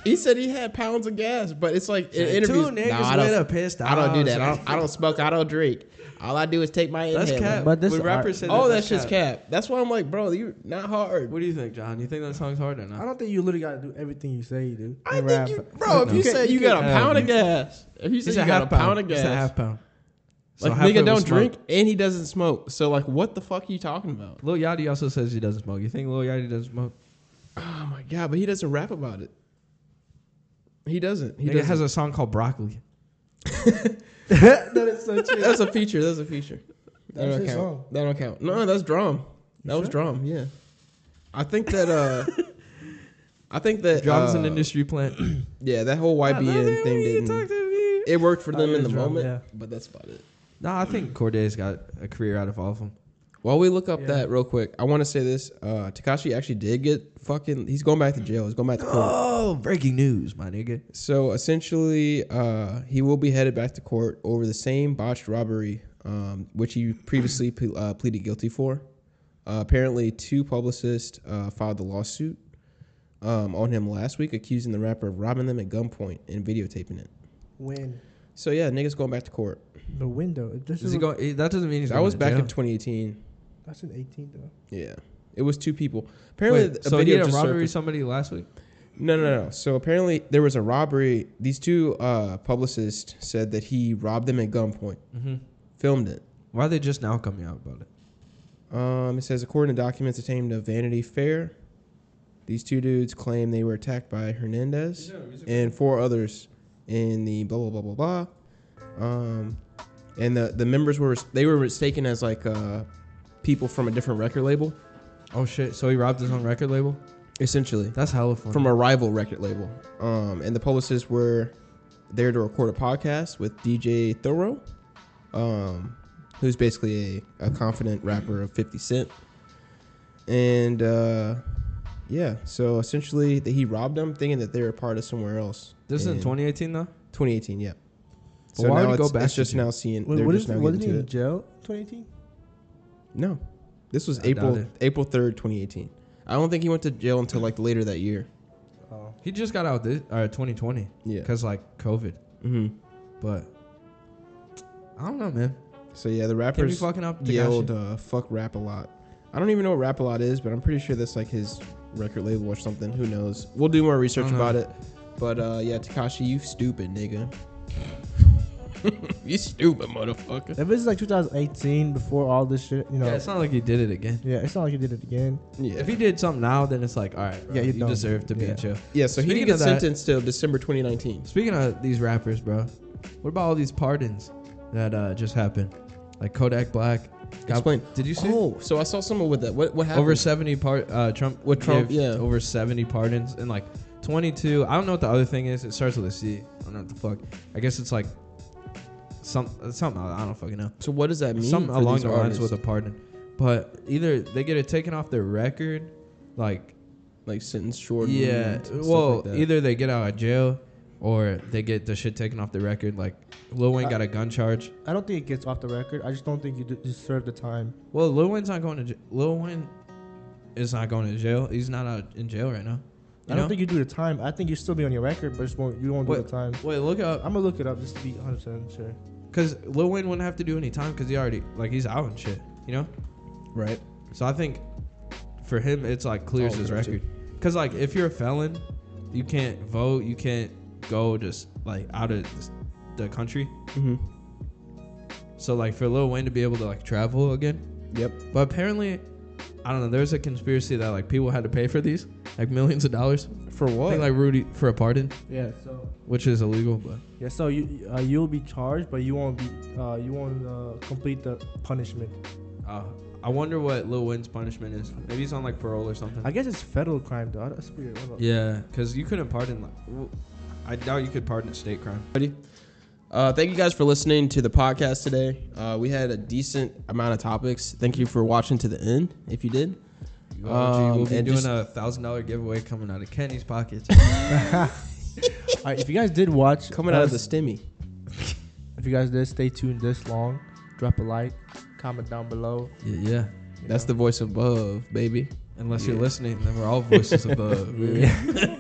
[SPEAKER 1] He said he had pounds of gas, but it's like in interviews.
[SPEAKER 2] Two niggas
[SPEAKER 1] "Nah, I don't-
[SPEAKER 2] with a pistol."
[SPEAKER 1] I don't do that. I don't, I don't smoke. I don't drink. All I do is take my
[SPEAKER 2] That's
[SPEAKER 1] inhaler.
[SPEAKER 2] cap.
[SPEAKER 7] But this
[SPEAKER 2] when
[SPEAKER 7] are-
[SPEAKER 2] rappers say
[SPEAKER 1] Oh,
[SPEAKER 2] that's
[SPEAKER 1] that's just cap. That's why I'm like, bro, you not hard.
[SPEAKER 2] What do you think, John? You think that song's hard or
[SPEAKER 3] I
[SPEAKER 2] not?
[SPEAKER 3] don't think you literally gotta do everything you say you do.
[SPEAKER 1] I
[SPEAKER 3] in
[SPEAKER 1] think
[SPEAKER 3] rap.
[SPEAKER 1] you, bro. If you
[SPEAKER 3] can't-
[SPEAKER 1] say you got a
[SPEAKER 2] can't-
[SPEAKER 1] pound
[SPEAKER 2] uh,
[SPEAKER 1] of gas, if you say
[SPEAKER 2] He's
[SPEAKER 1] you
[SPEAKER 2] a
[SPEAKER 1] got
[SPEAKER 2] half
[SPEAKER 1] a pound of
[SPEAKER 2] He's a
[SPEAKER 1] gas,
[SPEAKER 2] half pound. So
[SPEAKER 1] like
[SPEAKER 2] half of it
[SPEAKER 1] nigga
[SPEAKER 2] was
[SPEAKER 1] don't
[SPEAKER 2] smoke.
[SPEAKER 1] drink and he doesn't smoke. So like, what the fuck are you talking about?
[SPEAKER 2] Lil Yachty also says he doesn't smoke. You think Lil Yachty doesn't smoke?
[SPEAKER 1] Oh my god, but he doesn't rap about it. He doesn't. He
[SPEAKER 2] He
[SPEAKER 1] doesn't.
[SPEAKER 2] has a song called Broccoli.
[SPEAKER 3] that is so true.
[SPEAKER 1] that's a feature. That's a feature. That
[SPEAKER 3] That's
[SPEAKER 1] don't
[SPEAKER 3] his
[SPEAKER 1] count.
[SPEAKER 3] song.
[SPEAKER 1] That don't count. No, that's drum. That was drum. Yeah, I think that. uh I think that
[SPEAKER 2] Drums an
[SPEAKER 1] uh,
[SPEAKER 2] industry plant.
[SPEAKER 1] Yeah, that whole YBN thing didn't. It worked for them
[SPEAKER 3] yeah,
[SPEAKER 1] in the
[SPEAKER 3] drum,
[SPEAKER 1] moment,
[SPEAKER 3] yeah.
[SPEAKER 1] but that's about it.
[SPEAKER 2] Nah, I think Corday's got a career out of all of them.
[SPEAKER 1] While we look up
[SPEAKER 3] Yeah.
[SPEAKER 1] that real quick, I want to say this: uh, Takashi actually did get fucking. He's going back to jail. He's going back to court.
[SPEAKER 2] Oh, breaking news, my nigga.
[SPEAKER 1] So essentially, uh, he will be headed back to court over the same botched robbery, um, which he previously ple- uh, pleaded guilty for. Uh, apparently, two publicists uh, filed the lawsuit um, on him last week, accusing the rapper of robbing them at gunpoint and videotaping it.
[SPEAKER 3] Win
[SPEAKER 1] So yeah, niggas going back to court.
[SPEAKER 3] the window. This
[SPEAKER 2] Is
[SPEAKER 3] is
[SPEAKER 2] he
[SPEAKER 3] a-
[SPEAKER 2] going? That doesn't mean he's.
[SPEAKER 1] That
[SPEAKER 2] going
[SPEAKER 1] was
[SPEAKER 2] to
[SPEAKER 1] back
[SPEAKER 2] jail.
[SPEAKER 1] in 2018.
[SPEAKER 3] That's an 18 though.
[SPEAKER 1] Yeah, it was two people. Apparently,
[SPEAKER 2] Wait,
[SPEAKER 1] a
[SPEAKER 2] so he
[SPEAKER 1] video
[SPEAKER 2] did a
[SPEAKER 1] just
[SPEAKER 2] robbery
[SPEAKER 1] surfaced-
[SPEAKER 2] somebody last week.
[SPEAKER 1] No, no, no. So apparently there was a robbery. These two uh, publicists said that he robbed them at gunpoint,
[SPEAKER 2] Mm-hmm.
[SPEAKER 1] filmed it.
[SPEAKER 2] Why are they just now coming out about it?
[SPEAKER 1] Um, it says according to documents obtained to Vanity Fair, these two dudes claim they were attacked by Hernandez and four others in the blah blah blah blah blah. Um, and the the members were they were mistaken as like uh, people from a different record label,
[SPEAKER 2] Oh shit! So he robbed his own record label.
[SPEAKER 1] essentially.
[SPEAKER 2] That's hella funny.
[SPEAKER 1] from a rival record label. Um, and the publicists were there to record a podcast with DJ Thoreau, um, who's basically a, a confident rapper of 50 Cent. And uh, yeah, so essentially that he robbed them thinking that they were part of somewhere else.
[SPEAKER 2] this is in
[SPEAKER 1] And
[SPEAKER 2] 2018 though.
[SPEAKER 1] 2018, yeah. So
[SPEAKER 2] Well, why
[SPEAKER 1] now
[SPEAKER 2] would he go
[SPEAKER 1] it's,
[SPEAKER 2] back
[SPEAKER 1] it's
[SPEAKER 2] to
[SPEAKER 1] just
[SPEAKER 2] jail?
[SPEAKER 1] now seeing.
[SPEAKER 3] Wait,
[SPEAKER 1] they're
[SPEAKER 3] what
[SPEAKER 1] just
[SPEAKER 3] is,
[SPEAKER 1] now
[SPEAKER 3] wasn't he
[SPEAKER 1] getting to it.
[SPEAKER 3] in jail 2018?
[SPEAKER 1] No, this was
[SPEAKER 2] I doubt
[SPEAKER 1] April
[SPEAKER 2] it.
[SPEAKER 1] April 3rd, 2018. I don't think he went to jail until like later that year.
[SPEAKER 3] Oh,
[SPEAKER 2] He just got out this uh, 2020.
[SPEAKER 1] Yeah.
[SPEAKER 2] Cause like COVID,
[SPEAKER 1] hmm
[SPEAKER 2] but I don't know, man.
[SPEAKER 1] So yeah, the
[SPEAKER 2] Can be
[SPEAKER 1] rappers.
[SPEAKER 2] fucking up. Tekashi.
[SPEAKER 1] yelled uh, "fuck rap a lot." I don't even know what rap a lot is, but I'm pretty sure that's like his record label or something. Who knows? We'll do more research
[SPEAKER 2] don't know.
[SPEAKER 1] about it. But uh, yeah, Takashi, you stupid nigga. you stupid motherfucker.
[SPEAKER 3] if it's like 2018 before all this shit, you know.
[SPEAKER 2] Yeah, it's not like he did it again.
[SPEAKER 3] yeah, it's not like he did it again.
[SPEAKER 1] Yeah.
[SPEAKER 2] If he did something now, then it's like, all right, bro,
[SPEAKER 3] Yeah,
[SPEAKER 2] you
[SPEAKER 3] you're dumb.
[SPEAKER 2] deserve to be
[SPEAKER 3] Yeah.
[SPEAKER 2] in jail.
[SPEAKER 1] yeah. So he didn't
[SPEAKER 2] Speaking
[SPEAKER 1] get
[SPEAKER 2] of that-
[SPEAKER 1] sentenced till December 2019.
[SPEAKER 2] Speaking of these rappers, bro, what about all these pardons that uh, just happened? Like Kodak Black. got-
[SPEAKER 1] Explain.
[SPEAKER 2] Did you see?
[SPEAKER 1] Oh, so I saw someone with that. What what happened?
[SPEAKER 2] over 70 part uh, Trump
[SPEAKER 1] With Trump,
[SPEAKER 2] gave
[SPEAKER 1] yeah.
[SPEAKER 2] over 70 pardons and like 22. I don't know what the other thing is. It starts with a C. I don't know what the fuck. I guess it's like some something I don't fucking know.
[SPEAKER 1] so what does that mean?
[SPEAKER 2] Something
[SPEAKER 1] for
[SPEAKER 2] along
[SPEAKER 1] these
[SPEAKER 2] the lines
[SPEAKER 1] artists?
[SPEAKER 2] with a pardon. But either they get it taken off their record, like
[SPEAKER 1] like sentence short.
[SPEAKER 2] yeah.
[SPEAKER 1] and stuff
[SPEAKER 2] Well,
[SPEAKER 1] like that.
[SPEAKER 2] either they get out of jail or they get the shit taken off the record. Like Lil Wayne got a gun charge.
[SPEAKER 3] I don't think it gets off the record. I just don't think you d- deserve the time.
[SPEAKER 2] Well, Lil Wayne's not going to jail. Lil Wayne is not going to jail. He's not out in jail right now. You
[SPEAKER 3] I don't
[SPEAKER 2] know?
[SPEAKER 3] think you do the time. I think you still be on your record, but just won't, you won't do
[SPEAKER 2] Wait,
[SPEAKER 3] the time.
[SPEAKER 2] wait, look up.
[SPEAKER 3] I'm gonna look it up just to be 100 percent sure.
[SPEAKER 2] Because Lil Wayne wouldn't have to do any time because he already, like, he's out and shit, you know?
[SPEAKER 1] right.
[SPEAKER 2] So I think for him, it's like clears
[SPEAKER 1] Oh,
[SPEAKER 2] his
[SPEAKER 1] gotcha.
[SPEAKER 2] record. Because, like, if you're a felon, you can't vote, you can't go just, like, out of s- the country.
[SPEAKER 1] hmm
[SPEAKER 2] So, like, for Lil Wayne to be able to, like, travel again.
[SPEAKER 1] Yep.
[SPEAKER 2] But apparently, I don't know, there's a conspiracy that, like, people had to pay for these, like, millions of dollars.
[SPEAKER 1] For
[SPEAKER 2] I
[SPEAKER 1] what?
[SPEAKER 2] think, like, Rudy for a pardon,
[SPEAKER 3] Yeah. So
[SPEAKER 2] which is illegal, but.
[SPEAKER 3] yeah, so you uh, you'll be charged, but you won't be uh, you won't uh, complete the punishment.
[SPEAKER 2] Uh, I wonder what Lil Wayne's punishment is. Maybe he's on, like, parole or something.
[SPEAKER 3] I guess it's federal crime though. That's weird. Hold up.
[SPEAKER 2] Yeah, because you couldn't pardon. Like, w- I doubt you could pardon a state crime.
[SPEAKER 1] Ready? Uh, thank you guys for listening to the podcast today. Uh, we had a decent amount of topics. Thank you for watching to the end, if you did.
[SPEAKER 2] Oh, gee, we'll
[SPEAKER 1] Um,
[SPEAKER 2] be
[SPEAKER 1] and
[SPEAKER 2] doing
[SPEAKER 1] just-
[SPEAKER 2] a thousand dollar giveaway coming out of Kenny's pockets.
[SPEAKER 3] All right, if you guys did watch uh,
[SPEAKER 1] Coming out of the
[SPEAKER 3] us-
[SPEAKER 1] stemmy.
[SPEAKER 3] if you guys did stay tuned this long, drop a like, comment down below,
[SPEAKER 2] yeah, yeah.
[SPEAKER 1] That's the voice above, baby.
[SPEAKER 2] Unless you're listening, then we're all voices above.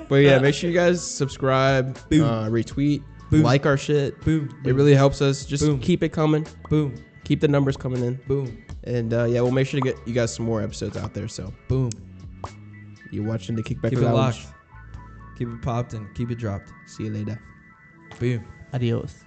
[SPEAKER 1] But yeah, make sure you guys subscribe, uh, retweet,
[SPEAKER 2] Boom.
[SPEAKER 1] like our shit.
[SPEAKER 2] Boom.
[SPEAKER 1] It really helps us. Just
[SPEAKER 2] Boom.
[SPEAKER 1] keep it coming.
[SPEAKER 2] Boom,
[SPEAKER 1] Keep the numbers coming in.
[SPEAKER 2] boom,
[SPEAKER 1] And uh, yeah, we'll make sure to get you guys some more episodes out there. So
[SPEAKER 2] boom.
[SPEAKER 1] you're watching the Kickback
[SPEAKER 2] Keep it
[SPEAKER 1] Lounge.
[SPEAKER 2] locked. Keep it popped and keep it dropped.
[SPEAKER 1] See you later.
[SPEAKER 2] Boom.
[SPEAKER 3] Adios.